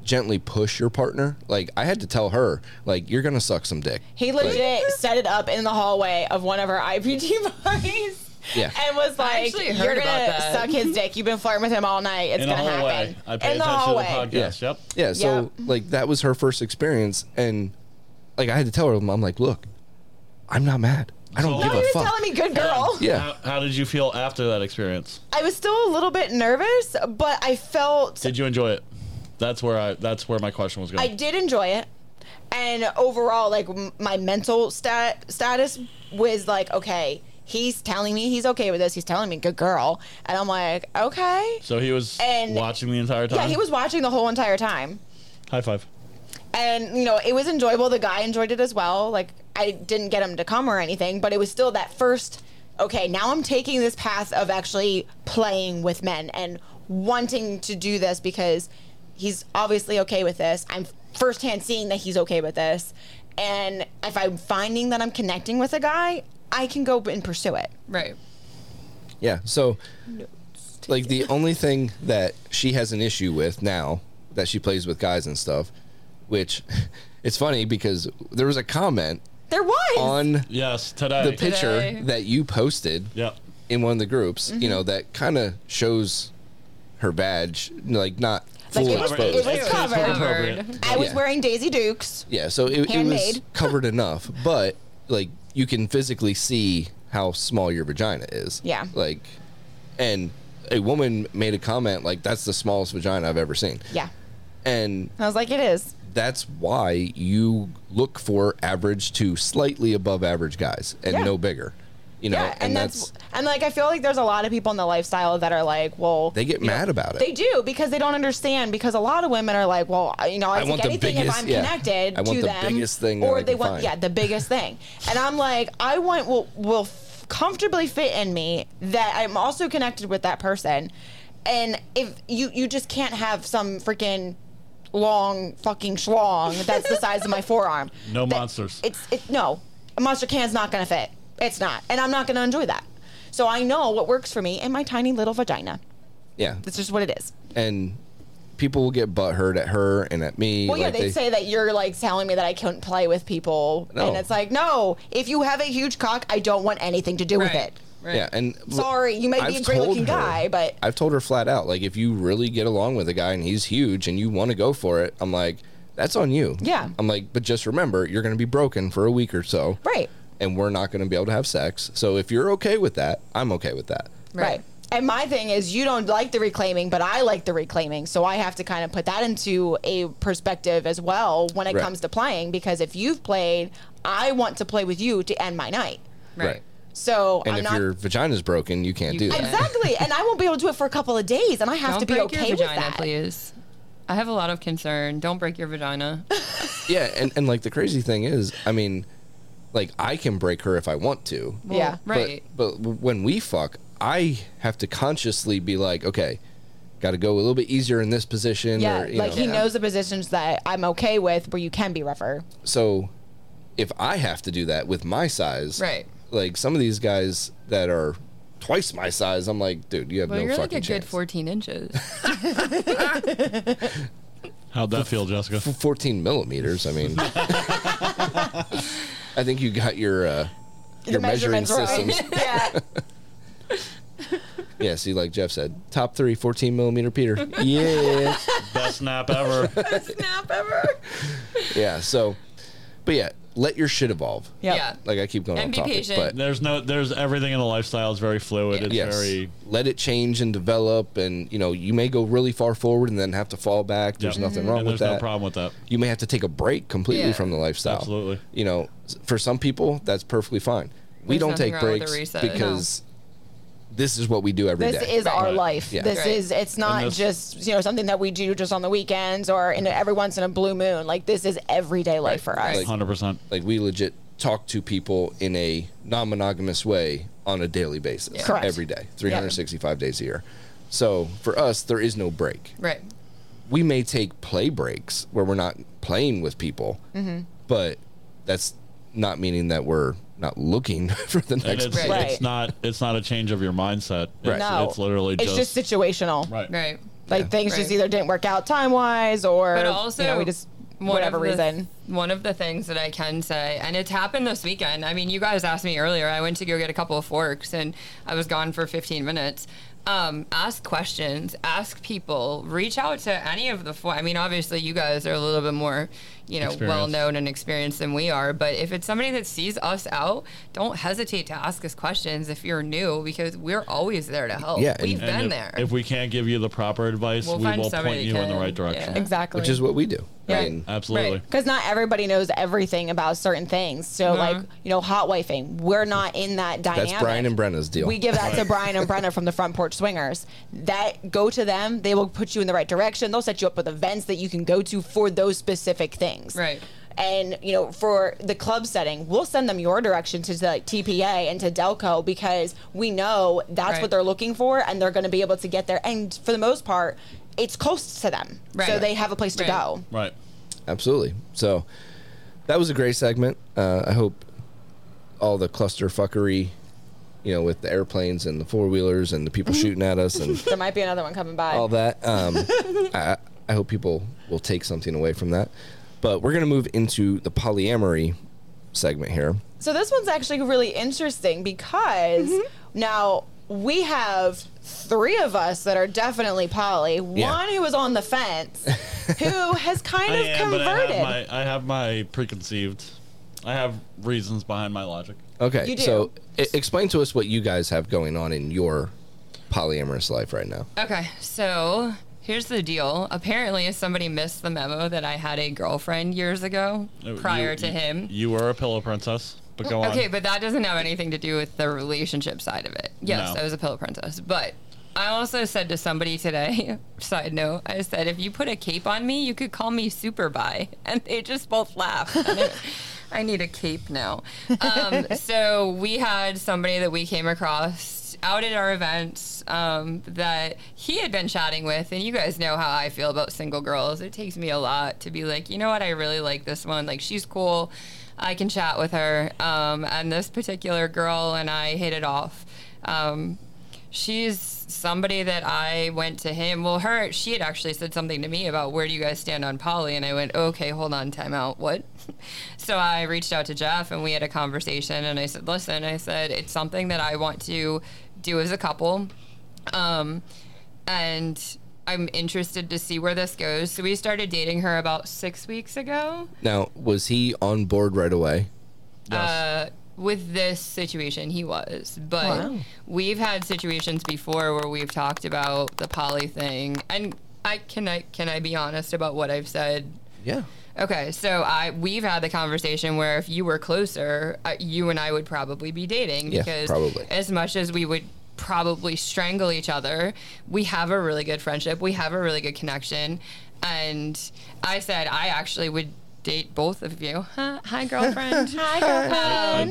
S3: gently push your partner, like I had to tell her, like you're gonna suck some dick.
S1: He legit set it up in the hallway of one of our IPT parties.
S3: Yeah.
S1: And was like,
S2: actually
S1: "You're
S2: heard about
S1: gonna
S2: that."
S1: suck his dick. You've been flirting with him all night. It's
S4: In the
S1: gonna
S4: hallway.
S1: happen."
S4: I pay
S1: in
S4: attention
S1: the hallway.
S4: to the podcast. Yep.
S3: Yeah, so
S1: Yep.
S3: like that was her first experience, and like I had to tell her, I'm like, look, I'm not mad. I don't
S4: So-
S1: No,
S3: give a
S1: he was
S3: fuck.
S1: telling me, "Good girl."
S3: Yeah.
S4: How, how did you feel after that experience?
S1: I was still a little bit nervous, but I felt
S4: Did you enjoy it? That's where I. That's where my question was
S1: I
S4: going.
S1: did enjoy it. And overall, like m- my mental stat status was like, okay, he's telling me he's okay with this. He's telling me, "Good girl," and I'm like, okay.
S4: so he was
S1: And-
S4: watching the entire time.
S1: Yeah, he was watching the whole entire time.
S4: High five.
S1: and you know it was enjoyable the guy enjoyed it as well like i didn't get him to come or anything but it was still that first okay now i'm taking this path of actually playing with men and wanting to do this because he's obviously okay with this i'm firsthand seeing that he's okay with this and if i'm finding that i'm connecting with a guy i can go and pursue it
S2: Right.
S3: Yeah. So, like, the only thing that she has an issue with now that she plays with guys and stuff, which it's funny because there was a comment
S1: there was
S3: on
S4: Yes, today.
S3: the picture
S2: Today.
S3: that you posted
S4: Yep.
S3: in one of the groups, you know, that kind of shows her badge, like, not
S1: Like,
S3: fully
S1: it was-
S3: exposed.
S1: it was
S4: It's- it's
S1: covered.
S4: appropriate.
S1: i was
S3: yeah.
S1: wearing daisy dukes
S3: yeah. So it, it was
S1: Handmade.
S3: covered enough, but, like, you can physically see how small your vagina is.
S1: Yeah.
S3: Like, and a woman made a comment, like, that's the smallest vagina I've ever seen.
S1: yeah
S3: and
S1: i was like it is
S3: that's why you look for average to slightly above average guys and
S1: Yeah.
S3: no bigger you know
S1: yeah
S3: and, that's,
S1: and like i feel like there's a lot of people in the lifestyle that are like well
S3: they get mad about it
S1: They do because they don't understand. Because a lot of women are like, well, you know, I,
S3: I
S1: take
S3: want the
S1: anything
S3: biggest-
S1: if I'm
S3: yeah.
S1: connected
S3: I want
S1: to
S3: the
S1: them,
S3: biggest thing that
S1: or
S3: I
S1: they
S3: can
S1: want,
S3: find.
S1: yeah, the biggest thing. And I'm like, I want what will f- comfortably fit in me that I'm also connected with that person. And if you you just can't have some freaking long fucking schlong that's the size of my forearm.
S4: No
S1: That-
S4: monsters.
S1: It's it, no, a monster can's not gonna fit. It's not, and I'm not gonna enjoy that. So I know what works for me and my tiny little vagina.
S3: yeah
S1: That's just what it is.
S3: and people will get butthurt at her and at me
S1: Well, yeah,
S3: like
S1: they'd
S3: they-
S1: say that you're like telling me that I can't play with people,
S3: No.
S1: and it's like, no, if you have a huge cock, I don't want anything to do with
S2: Right.
S1: it.
S2: Right.
S3: yeah and l-
S1: Sorry, you may be
S3: I've
S1: a great-looking
S3: told her-
S1: guy, but-
S3: i've told her flat out like if you really get along with a guy and he's huge and you want to go for it i'm like that's on you
S1: Yeah.
S3: i'm like but just remember you're going to be broken for a week or so
S1: Right,
S3: and we're not going to be able to have sex so if you're okay with that i'm okay with that
S1: right.
S2: Right.
S1: And my thing is, you don't like the reclaiming, but I like the reclaiming. So I have to kind of put that into a perspective as well when it
S3: Right.
S1: comes to playing. Because if you've played, I want to play with you to end my night.
S2: Right.
S1: So
S3: And
S1: I'm
S3: if
S1: not
S3: your vagina's broken, you can't
S2: You
S3: do that.
S2: can't.
S1: exactly, and I won't be able to do it for a couple of days, and I have
S2: Don't
S1: to be
S2: break
S1: okay
S2: your
S1: with
S2: vagina,
S1: that.
S2: please. I have a lot of concern. Don't break your vagina.
S3: Yeah, and, and like the crazy thing is, I mean, like I can break her if I want to.
S2: Well,
S1: Yeah.
S3: but-
S2: Right.
S3: But, when we fuck, I have to consciously be like, okay, got to go a little bit easier in this position.
S1: Yeah,
S3: or, you
S1: like
S3: know.
S1: he knows the positions that I'm okay with, where you can be rougher.
S3: So if I have to do that with my size,
S2: Right.
S3: Like some of these guys that are twice my size, I'm like, dude, you have
S2: well,
S3: no
S2: you're like
S3: fucking
S2: a
S3: chance.
S2: good 14 inches.
S4: How'd that feel, Jessica?
S3: 14 millimeters. I mean, I think you got your uh, your measuring systems.
S1: yeah,
S3: Yeah, see, like Jeff said, top three, 14 millimeter Peter. yeah.
S4: Best nap ever.
S2: Snap ever.
S3: Yeah, so, but yeah, let your shit evolve.
S1: Yep.
S2: Yeah.
S3: Like I keep going
S2: And
S3: on
S2: be
S3: topic,
S2: patient.
S3: but
S4: There's no. There's everything in the lifestyle is very fluid. It's
S3: yes,
S4: very.
S3: let it change and develop, and you know you may go really far forward and then have to fall back. There's
S4: Yep.
S3: nothing
S4: Mm-hmm. And
S3: wrong with
S4: there's
S3: that.
S4: no problem with that.
S3: You may have to take a break completely
S2: Yeah.
S3: from the lifestyle.
S4: Absolutely.
S3: You know, s- for some people that's perfectly fine. We
S2: There's
S3: don't
S2: nothing
S3: take
S2: wrong with a
S3: breaks
S2: reset.
S3: because this is what we do every day.
S1: this is our
S4: Right.
S1: life.
S3: Yeah.
S1: This
S2: Right.
S1: is it's not
S4: this-
S1: just you know something that we do just on the weekends or in every once in a blue moon. Like this is everyday life for us.
S3: Like-
S4: Hundred percent.
S3: like we legit talk to people in a non-monogamous way on a daily basis
S1: Correct.
S3: every day 365 days a year so for us there is no break
S2: Right.
S3: we may take play breaks where we're not playing with people but that's not meaning that we're not looking for the
S4: And
S3: next
S4: it's,
S2: Right.
S1: Right.
S4: it's not. It's not a change of your mindset. It's,
S3: Right.
S1: no,
S4: it's literally
S1: it's
S4: just.
S1: just, situational.
S4: right.
S2: Right.
S1: Like things just
S2: Right.
S1: either didn't work out time wise, or
S2: But also,
S1: you know, we just
S2: one of
S1: whatever
S2: the-
S1: reason.
S2: One of the things that I can say, and it's happened this weekend. I mean, you guys asked me earlier. I went to go get a couple of forks, and I was gone for 15 minutes. Um, ask questions, ask people, reach out to any of the four. I mean, obviously, you guys are a little bit more, you know,
S4: Experienced.
S2: well known and experienced than we are. But if it's somebody that sees us out, don't hesitate to ask us questions if you're new, because we're always there to help.
S3: Yeah, and-
S2: we've
S3: And
S2: been
S4: if,
S2: there.
S4: if we can't give you the proper advice,
S2: We'll
S4: we
S2: find
S4: will
S2: somebody
S4: point you
S2: that
S4: in the
S2: can.
S4: right direction.
S2: Yeah.
S1: Exactly.
S3: which is what we do I
S1: Right.
S3: mean,
S4: Absolutely.
S2: Right.
S1: because not everybody knows everything about certain things. So, like you know, hot wifing, we're not in that dynamic.
S3: that's brian and brenna's deal
S1: We give that to Brian and Brenna from the Front Porch Swingers. That go to them, they will put you in the right direction. They'll set you up with events that you can go to for those specific things.
S2: Right.
S1: And you know, for the club setting, we'll send them your direction to like TPA and to Delco because we know that's
S2: Right.
S1: what they're looking for, and they're going to be able to get there. And for the most part, it's close to them, so
S2: Right.
S1: they have a place to
S2: Right.
S1: go.
S4: Right.
S3: absolutely so that was a great segment uh, i hope all the cluster fuckery you know with the airplanes and the four-wheelers and the people shooting at us and
S1: There might be another one coming by.
S3: all that. Um, I, I hope people will take something away from that. But we're going to move into the polyamory segment here.
S1: So this one's actually really interesting because now we have three of us that are definitely poly.
S3: Yeah.
S1: One who was on the fence, who has kind
S4: I
S1: of
S4: am, but I
S1: converted.
S4: have my. I have my preconceived. I have reasons behind my logic.
S3: Okay,
S1: You do.
S3: so I- explain to us what you guys have going on in your polyamorous life right now.
S2: Okay, so here's the deal. Apparently, somebody missed the memo that I had a girlfriend years ago
S4: Uh,
S2: prior
S4: you-
S2: to
S4: you-
S2: him.
S4: you were a pillow princess. But go on.
S2: Okay, but that doesn't have anything to do with the relationship side of it. Yes,
S4: No.
S2: I was a pillow princess, but I also said to somebody today, side note, I said if you put a cape on me, you could call me super bi, and they just both laughed. And I- I need a cape now. Um, so we had somebody that we came across out at our events um, that he had been chatting with, and you guys know how I feel about single girls. It takes me a lot to be like, you know what, I really like this one. Like she's cool. I can chat with her. Um, and this particular girl and I hit it off. Um, she's somebody that I went to him. Well, her, she had actually said something to me about where do you guys stand on Polly? And I went, okay, hold on, time out. What? so I reached out to Jeff and we had a conversation. And I said, listen, I said, it's something that I want to do as a couple. Um, and I'm interested to see where this goes. So we started dating her about six weeks ago.
S3: Now, was he on board right away?
S4: Yes.
S2: Uh, with this situation, he was. But
S5: Wow.
S2: we've had situations before where we've talked about the poly thing, and I can I can I be honest about what I've said
S5: Yeah.
S2: Okay, so I we've had the conversation where if you were closer, uh, you and I would probably be dating
S3: Yeah,
S2: because
S3: probably.
S2: as much as we would probably strangle each other, we have a really good friendship. We have a really good connection, and I said I actually would date both of you. Huh? Hi, girlfriend.
S1: Hi, girlfriend.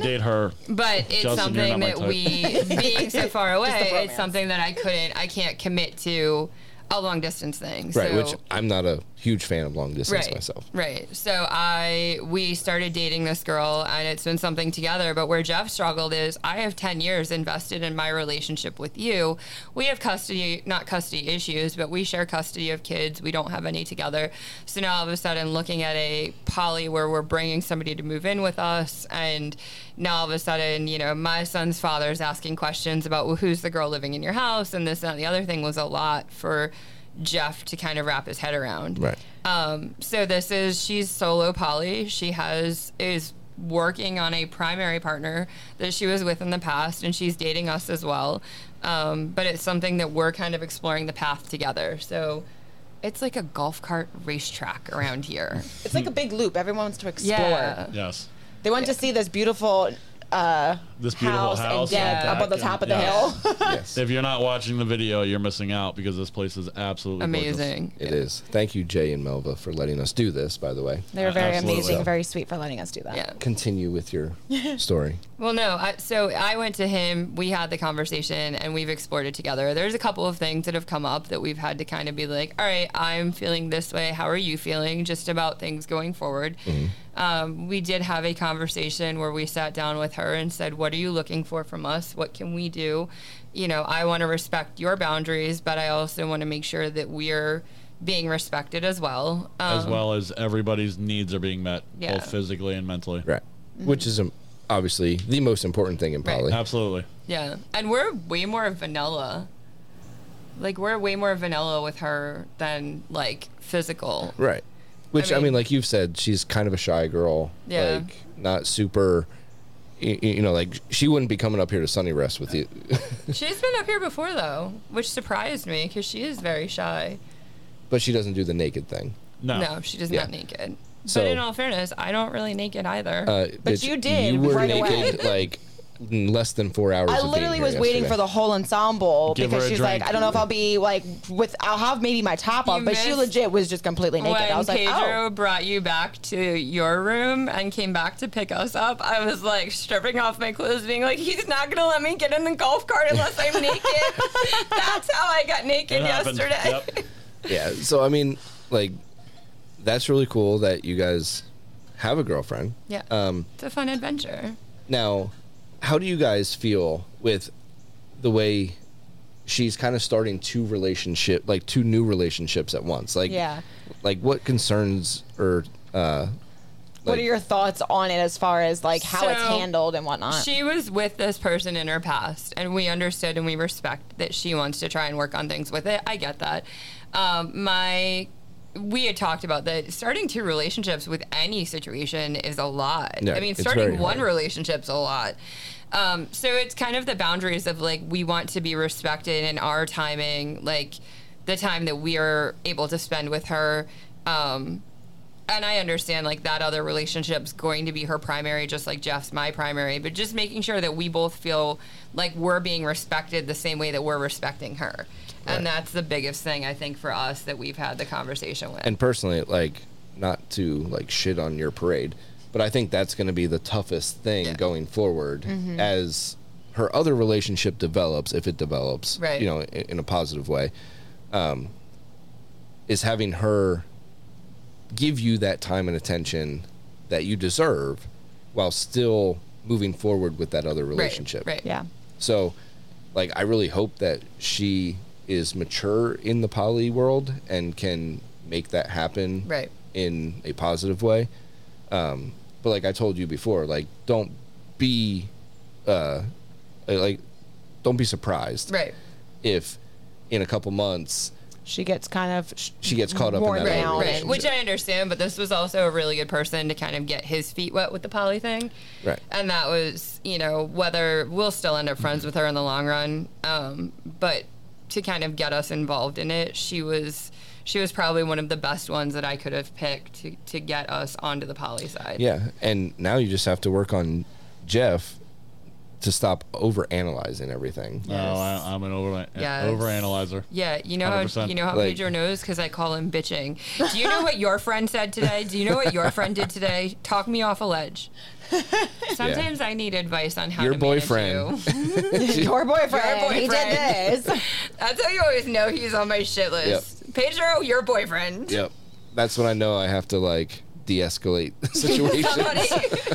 S4: I date her.
S2: But it's
S4: Justin, you're
S2: something
S4: not my
S2: that
S4: type.
S2: we, being so far away,
S1: bromance.
S2: it's something that I couldn't, I can't commit to a long distance thing.
S3: Right,
S2: so,
S3: which I'm not a huge fan of long distance
S2: right,
S3: myself.
S2: Right. So I we started dating this girl and it's been something together, but where Jeff struggled is I have 10 years invested in my relationship with you. We have custody not custody issues, but we share custody of kids. We don't have any together. So now all of a sudden looking at a poly where we're bringing somebody to move in with us and now all of a sudden, you know, my son's father's asking questions about well, who's the girl living in your house and this and that. and The other thing was a lot for Jeff to kind of wrap his head around.
S3: Right.
S2: Um, so this is she's solo poly. She has is working on a primary partner that she was with in the past, and she's dating us as well. Um, but it's something that we're kind of exploring the path together. So it's like a golf cart racetrack around here.
S1: It's like a big loop. Everyone wants to explore.
S2: Yeah.
S4: Yes.
S1: They want to see this beautiful uh,
S4: This beautiful
S1: house,
S4: house.
S1: and deck
S2: yeah,
S1: up on the
S4: deck
S1: top of
S4: and-
S1: the
S4: yes.
S1: hill.
S3: yes.
S4: If you're not watching the video, you're missing out because this place is absolutely gorgeous.
S2: Amazing.
S3: It is. Thank you, Jay and Melva, for letting us do this, by the way.
S1: They were very
S4: Absolutely.
S1: amazing, very sweet for letting us do that.
S2: Yeah.
S3: Continue with your story.
S2: Well, no. I, so I went to him. We had the conversation, and we've explored it together. There's a couple of things that have come up that we've had to kind of be like, "All right, I'm feeling this way. How are you feeling?" Just about things going forward. Um, we did have a conversation where we sat down with her and said, "What are you looking for from us? What can we do?" You know, I want to respect your boundaries, but I also want to make sure that we're being respected as well. Um,
S4: As well as everybody's needs are being met,
S2: Yeah.
S4: both physically and mentally.
S3: Right. Which is um, obviously the most important thing in
S2: Mm-hmm. Right.
S3: poly.
S4: Absolutely.
S2: Yeah, and we're way more vanilla. Like we're way more vanilla with her than like physical.
S3: Right. Which I mean,
S2: mean-
S3: like you've said, she's kind of a shy girl.
S2: Yeah.
S3: Like not super. You, you know, like she wouldn't be coming up here to Sunny Rest with you.
S2: She's been up here before though, which surprised me because she is very shy.
S3: but she doesn't do the naked thing.
S4: No.
S2: No, she does
S3: Yeah.
S2: not naked.
S3: So-
S2: but in all fairness, I don't really naked either.
S3: Uh,
S1: But
S3: bitch,
S1: you did
S3: You were
S1: right
S3: naked like in less than four hours.
S1: I
S3: of being
S1: literally
S3: here
S1: was waiting
S3: yesterday.
S1: for the whole ensemble
S4: Give her
S1: because
S4: a
S1: she's like,
S4: drink.
S1: I don't know if I'll be like with. I'll have maybe my top off, but she
S2: missed
S1: legit was just completely naked.
S2: when
S1: I was like,
S2: Pedro
S1: oh,
S2: brought you back to your room and came back to pick us up, I was like stripping off my clothes, being like, "He's not gonna let me get in the golf cart unless I'm naked." That's how I got naked
S4: It happened.
S2: yesterday.
S4: Yep.
S3: Yeah. So I mean, like, that's really cool that you guys have a girlfriend.
S2: Yeah.
S3: Um,
S2: it's a fun adventure.
S3: Now, how do you guys feel with the way she's kind of starting two relationship, like two new relationships at once? Like,
S1: Yeah.
S3: like what concerns or uh,
S1: what are your thoughts on it as far as like how it's
S2: So,
S1: handled and whatnot?
S2: She was with this person in her past, and we understood and we respect that she wants to try and work on things with it. I get that. Um, my, we had talked about that starting two relationships with any situation is a lot.
S3: Yeah,
S2: I mean,
S3: it's very
S2: starting one
S3: hard.
S2: relationship's a lot. Um, so it's kind of the boundaries of like we want to be respected in our timing, like the time that we are able to spend with her. Um, and I understand like that other relationship's going to be her primary, just like Jeff's my primary, but just making sure that we both feel like we're being respected the same way that we're respecting her. And that's the biggest thing I think for us that we've had the conversation with.
S3: and personally, like, not to like shit on your parade, but I think that's going to be the toughest thing going forward
S2: Mm-hmm.
S3: as her other relationship develops, if it develops,
S2: Right.
S3: you know, in, in a positive way, um, is having her give you that time and attention that you deserve while still moving forward with that other relationship.
S2: Right. right.
S1: yeah,
S3: So, like, I really hope that she is mature in the poly world and can make that happen
S2: Right.
S3: in a positive way. Um, but like I told you before, like, don't be, uh, like, don't be surprised
S2: Right.
S3: if in a couple months
S1: She gets kind of sh-
S3: She gets caught up in
S1: worn
S3: that
S1: down.
S3: whole
S2: Right,
S3: relationship.
S2: which I understand, but this was also a really good person to kind of get his feet wet with the poly thing.
S3: Right.
S2: And that was, you know, whether we'll still end up friends with her in the long run, um, but to kind of get us involved in it, she was she was probably one of the best ones that I could have picked to, to get us onto the poly side.
S3: Yeah, and now you just have to work on Jeff to stop over analyzing everything.
S4: No, I, I'm an over
S2: Yes.
S4: overanalyzer.
S2: Yeah, you know how
S4: 100%.
S2: you know how
S3: Like-
S2: Pedro knows because I call him bitching. Do you know what your friend said today? Do you know what your friend did today? Talk me off a ledge. Sometimes I need advice on how
S3: Your
S2: to manage
S3: boyfriend.
S2: you.
S1: Your boyfriend,
S2: Your
S1: he did this.
S2: boyfriend. That's how you always know he's on my shit list. Pedro, your boyfriend.
S3: Yep, that's when I know I have to like de-escalate the situation.
S2: Somebody,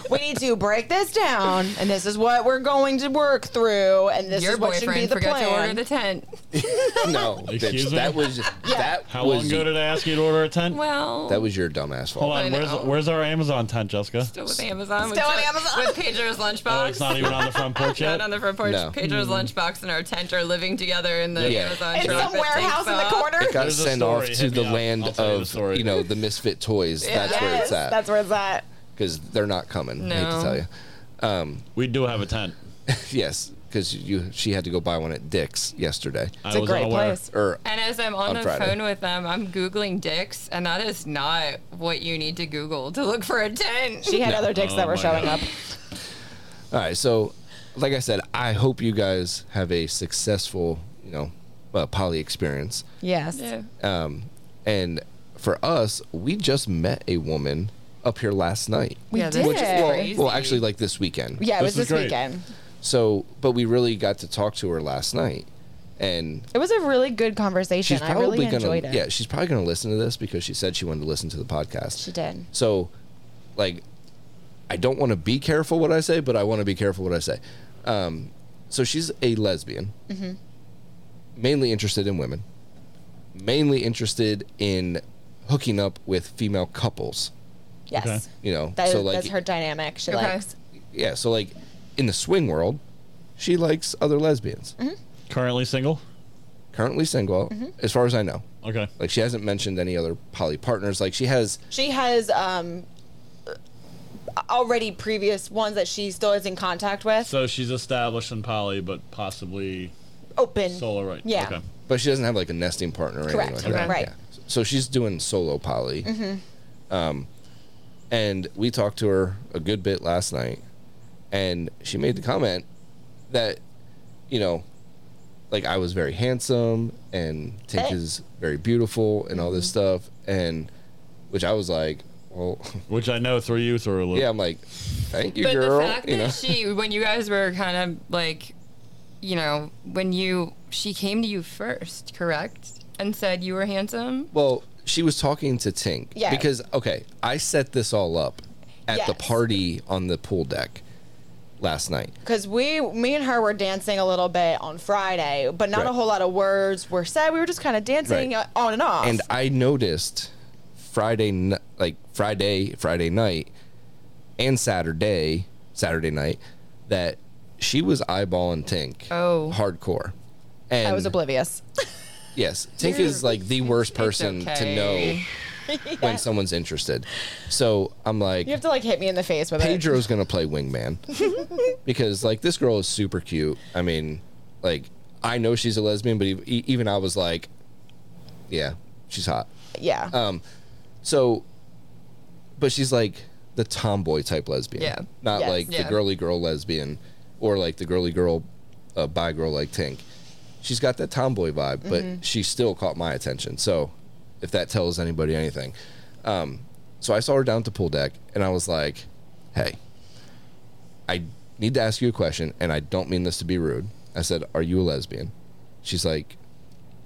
S1: we need to break this down, and this is what we're going to work through, and this
S2: your
S1: is what should be
S2: boyfriend
S1: the
S2: forgot to order
S1: plan.
S2: the tent.
S3: no,
S4: Excuse
S3: bitch,
S4: me?
S3: that was that
S4: How
S3: was
S4: long ago did I ask you to order a tent?
S2: Well,
S3: that was your dumbass fault.
S4: Hold
S2: I
S4: on, where's
S2: know.
S4: where's our Amazon tent, Jessica?
S2: still with Amazon.
S1: Still
S2: with,
S1: on Amazon.
S2: with Pedro's
S4: Oh,
S2: lunchbox.
S4: it's not even Mm-hmm. on the front porch yet.
S2: Not on the front porch.
S3: No.
S2: Pedro's lunchbox and our tent are living together in the
S3: Yeah.
S2: Amazon
S1: in
S2: truck
S1: some
S2: that takes
S1: warehouse in the
S2: off.
S1: corner.
S3: It got
S4: There's a
S3: sent
S4: story,
S3: off
S4: hit
S3: to
S4: me
S3: the
S4: up.
S3: land
S4: I'll tell you the
S3: of
S4: story.
S3: you know the misfit toys.
S2: Yeah.
S3: That's where it's at
S1: That's where it's at.
S3: because they're not coming. I hate to
S2: No.
S3: tell you.
S4: we do have a tent.
S3: Yes, because you she had to go buy one at Dick's yesterday. Er,
S4: I
S1: It's a
S4: was
S1: great
S4: unaware.
S1: place.
S3: Or
S2: And as I'm on,
S3: On
S2: the
S3: Friday.
S2: phone with them, I'm Googling dicks, and that is not what you need to Google to look for a tent.
S1: She had other dicks
S4: Oh
S1: that were
S4: my
S1: showing
S4: God.
S1: up.
S3: All right, so like I said, I hope you guys have a successful, you know, uh, poly experience.
S1: Yes.
S2: Yeah.
S3: And for us, we just met a woman up here last night.
S1: We
S2: Yeah, this
S1: did.
S2: is
S3: Um, Which is well,
S2: Crazy.
S3: well, actually, like this weekend.
S1: yeah, it
S4: This
S1: was
S4: is
S1: this
S4: great.
S1: weekend.
S3: So, but we really got to talk to her last night, and
S1: It was a really good conversation.
S3: she's
S1: I
S3: probably
S1: really
S3: gonna
S1: enjoyed it.
S3: yeah, she's probably gonna listen to this because she said she wanted to listen to the podcast.
S1: She did.
S3: So, like, I don't want to be careful what I say, but I want to be careful what I say. Um, so she's a lesbian,
S1: Mm-hmm.
S3: mainly interested in women, mainly interested in hooking up with female couples.
S1: Yes.
S4: Okay.
S3: You know,
S1: That,
S3: so like,
S1: that's her dynamic. She
S2: Okay.
S1: likes.
S3: yeah, so like in the swing world, she likes other lesbians.
S4: Currently single.
S3: Currently single,
S2: Mm-hmm.
S3: as far as I know.
S4: Okay.
S3: Like she hasn't mentioned any other poly partners. Like she has
S1: She has um, already previous ones that she still is in contact with.
S4: So she's established in poly, but possibly
S1: Open.
S4: solo, right?
S1: Yeah.
S4: Okay.
S3: But she doesn't have like a nesting partner or
S1: Correct.
S3: anything like
S2: Okay.
S3: that.
S1: Right.
S3: Yeah. So she's doing solo poly. Um,
S2: Mm-hmm.
S3: and we talked to her a good bit last night, and she made the comment that, you know, like I was very handsome and Tink
S1: Hey.
S3: is very beautiful and all this
S2: Mm-hmm.
S3: stuff, and which I was like, well,
S4: Which I know through you through a little.
S3: yeah, I'm like, thank you,
S2: but
S3: girl.
S2: the fact
S3: you know,
S2: that she, when you guys were kind of like, you know, when you, she came to you first, correct? And said you were handsome?
S3: well, she was talking to Tink
S1: Yeah.
S3: because okay, I set this all up at the
S1: Yes.
S3: party on the pool deck last night.
S1: Because we, me and her were dancing a little bit on Friday, but not
S3: Right.
S1: a whole lot of words were said. We were just kind of dancing
S3: Right.
S1: uh on and off.
S3: and I noticed Friday, n- like Friday, Friday night, and Saturday, Saturday night, that she was eyeballing Tink.
S2: Oh.
S3: hardcore. And
S1: I was oblivious.
S3: Yes, Tink is like the worst person to
S2: okay.
S3: know when someone's interested. So I'm like,
S1: You have to like hit me in the face with it.
S3: Pedro's gonna play wingman because like this girl is super cute. I mean, like I know she's a lesbian, but e- e- even I was like, yeah, she's hot.
S1: Yeah.
S3: Um, so, but she's like the tomboy type lesbian.
S2: Yeah.
S3: Not
S1: Yes.
S3: like the
S2: Yeah.
S3: girly girl lesbian or like the girly girl, uh, bi girl like Tink. She's got that tomboy vibe, but
S2: Mm-hmm.
S3: she still caught my attention. So, if that tells anybody anything, um, so I saw her down at the pool deck and I was like, hey, I need to ask you a question and I don't mean this to be rude. I said, are you a lesbian? She's like,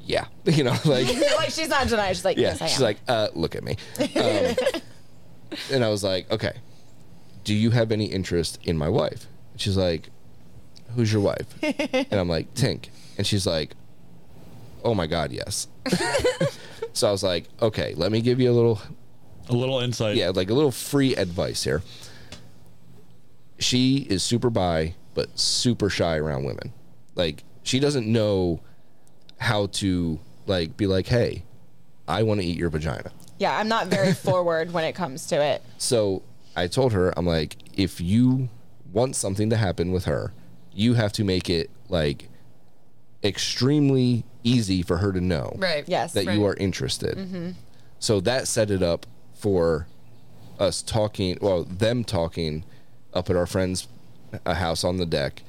S3: yeah. You know, like.
S1: like she's not denying. She's like,
S3: Yeah,
S1: yes, I
S3: she's
S1: am.
S3: like, uh, look at me. Um, and I was like, okay, do you have any interest in my wife? She's like, who's your wife? and I'm like, Tink. And she's like, oh my God, yes. so I was like, okay, let me give you a little,
S4: A little insight.
S3: yeah, like a little free advice here. She is super bi, but super shy around women. Like, she doesn't know how to like be like, "Hey, I want to eat your vagina."
S1: Yeah, I'm not very forward when it comes to it.
S3: So I told her, I'm like, if you want something to happen with her, you have to make it like extremely easy for her to know
S2: Right. Mm-hmm.
S1: Yes.
S3: that you are interested. So that set it up for us talking, well, them talking up at our friend's uh, house on the deck.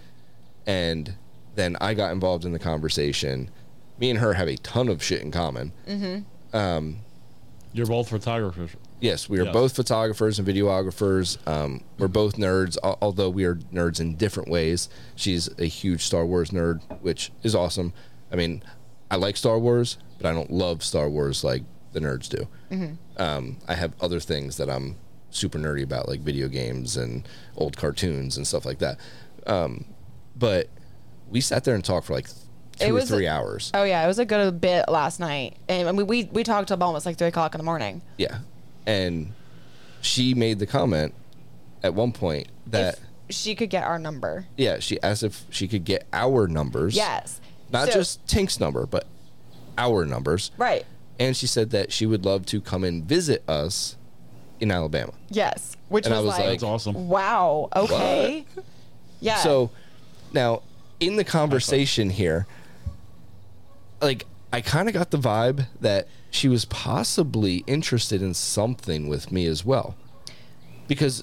S3: And then I got involved in the conversation. Me and her have a ton of shit in common.
S4: You're both photographers.
S3: Yes, we are
S4: Yes.
S3: both photographers and videographers. Um, we're both nerds, al- although we are nerds in different ways. She's a huge Star Wars nerd, which is awesome. I mean, I like Star Wars, but I don't love Star Wars like the nerds do.
S1: Mm-hmm.
S3: Um, I have other things that I'm super nerdy about, like video games and old cartoons and stuff like that. Um, but we sat there and talked for like th-
S1: It
S3: two or
S1: was-
S3: three hours.
S1: Oh yeah, it was a good bit last night, and I mean, we we talked till almost like three o'clock in the morning.
S3: Yeah. And she made the comment at one point that
S1: If she could get our number.
S3: yeah, she asked if she could get our numbers.
S1: Yes.
S3: Not
S1: So-
S3: just Tink's number, but our numbers.
S1: right.
S3: And she said that she would love to come and visit us in Alabama.
S1: Yes, which
S3: And I
S1: was,
S3: was
S1: like,
S4: That's awesome.
S1: wow. Okay. Yeah.
S3: So now in the conversation here, like I kind of got the vibe that she was possibly interested in something with me as well. Because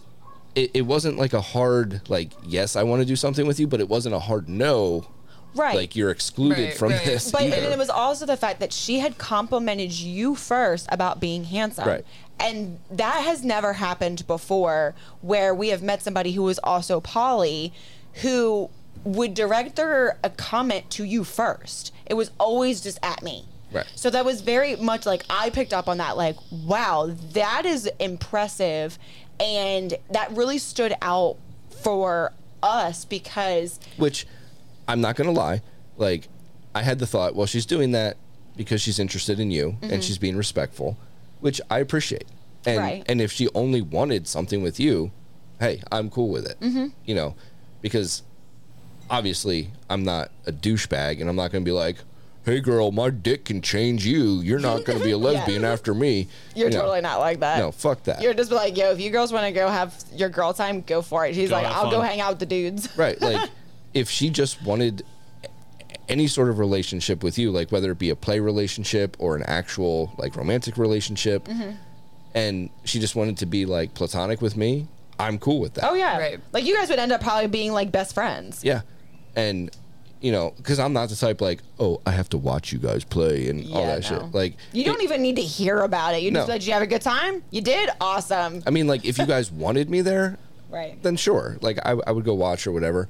S3: it, it wasn't like a hard like yes I want to do something with you but it wasn't a hard no
S1: right.
S3: like you're excluded
S2: Right,
S3: from
S2: right.
S3: this
S1: But
S3: either.
S1: and it was also the fact that she had complimented you first about being handsome.
S3: Right.
S1: And that has never happened before where we have met somebody who is also poly who would direct their a comment to you first. It was always just at me.
S3: Right.
S1: So that was very much like I picked up on that like wow, that is impressive and that really stood out for us because
S3: which I'm not gonna lie, like I had the thought, well, she's doing that because she's interested in you
S1: Mm-hmm.
S3: and she's being respectful, which I appreciate. And
S1: Right.
S3: and if she only wanted something with you, hey, I'm cool with it.
S1: Mm-hmm.
S3: You know, because obviously I'm not a douchebag and I'm not gonna be like, hey girl, my dick can change you. You're not gonna be a lesbian after me.
S1: You're
S3: You know,
S1: totally not like that.
S3: No, fuck that.
S1: You're just like, yo, if you girls want to go have your girl time, go for it. She's
S4: Go
S1: like,
S4: have
S1: I'll go
S4: fun.
S1: hang out with the dudes.
S3: Right. Like, if she just wanted any sort of relationship with you, like whether it be a play relationship or an actual like romantic relationship,
S1: Mm-hmm.
S3: and she just wanted to be like platonic with me, I'm cool with that.
S1: Oh yeah.
S2: Right.
S1: Like you guys would end up probably being like best friends.
S3: Yeah. And, you know, because I'm not the type like, oh, I have to watch you guys play and all
S1: Yeah,
S3: that
S1: no.
S3: shit. Like,
S1: You don't e-,
S3: it-
S1: even need to hear about it. You just
S3: No.
S1: like, did you have a good time? You did? Awesome.
S3: I mean, like, if you guys wanted me there,
S1: Right.
S3: then sure. Like, I, I would go watch or whatever,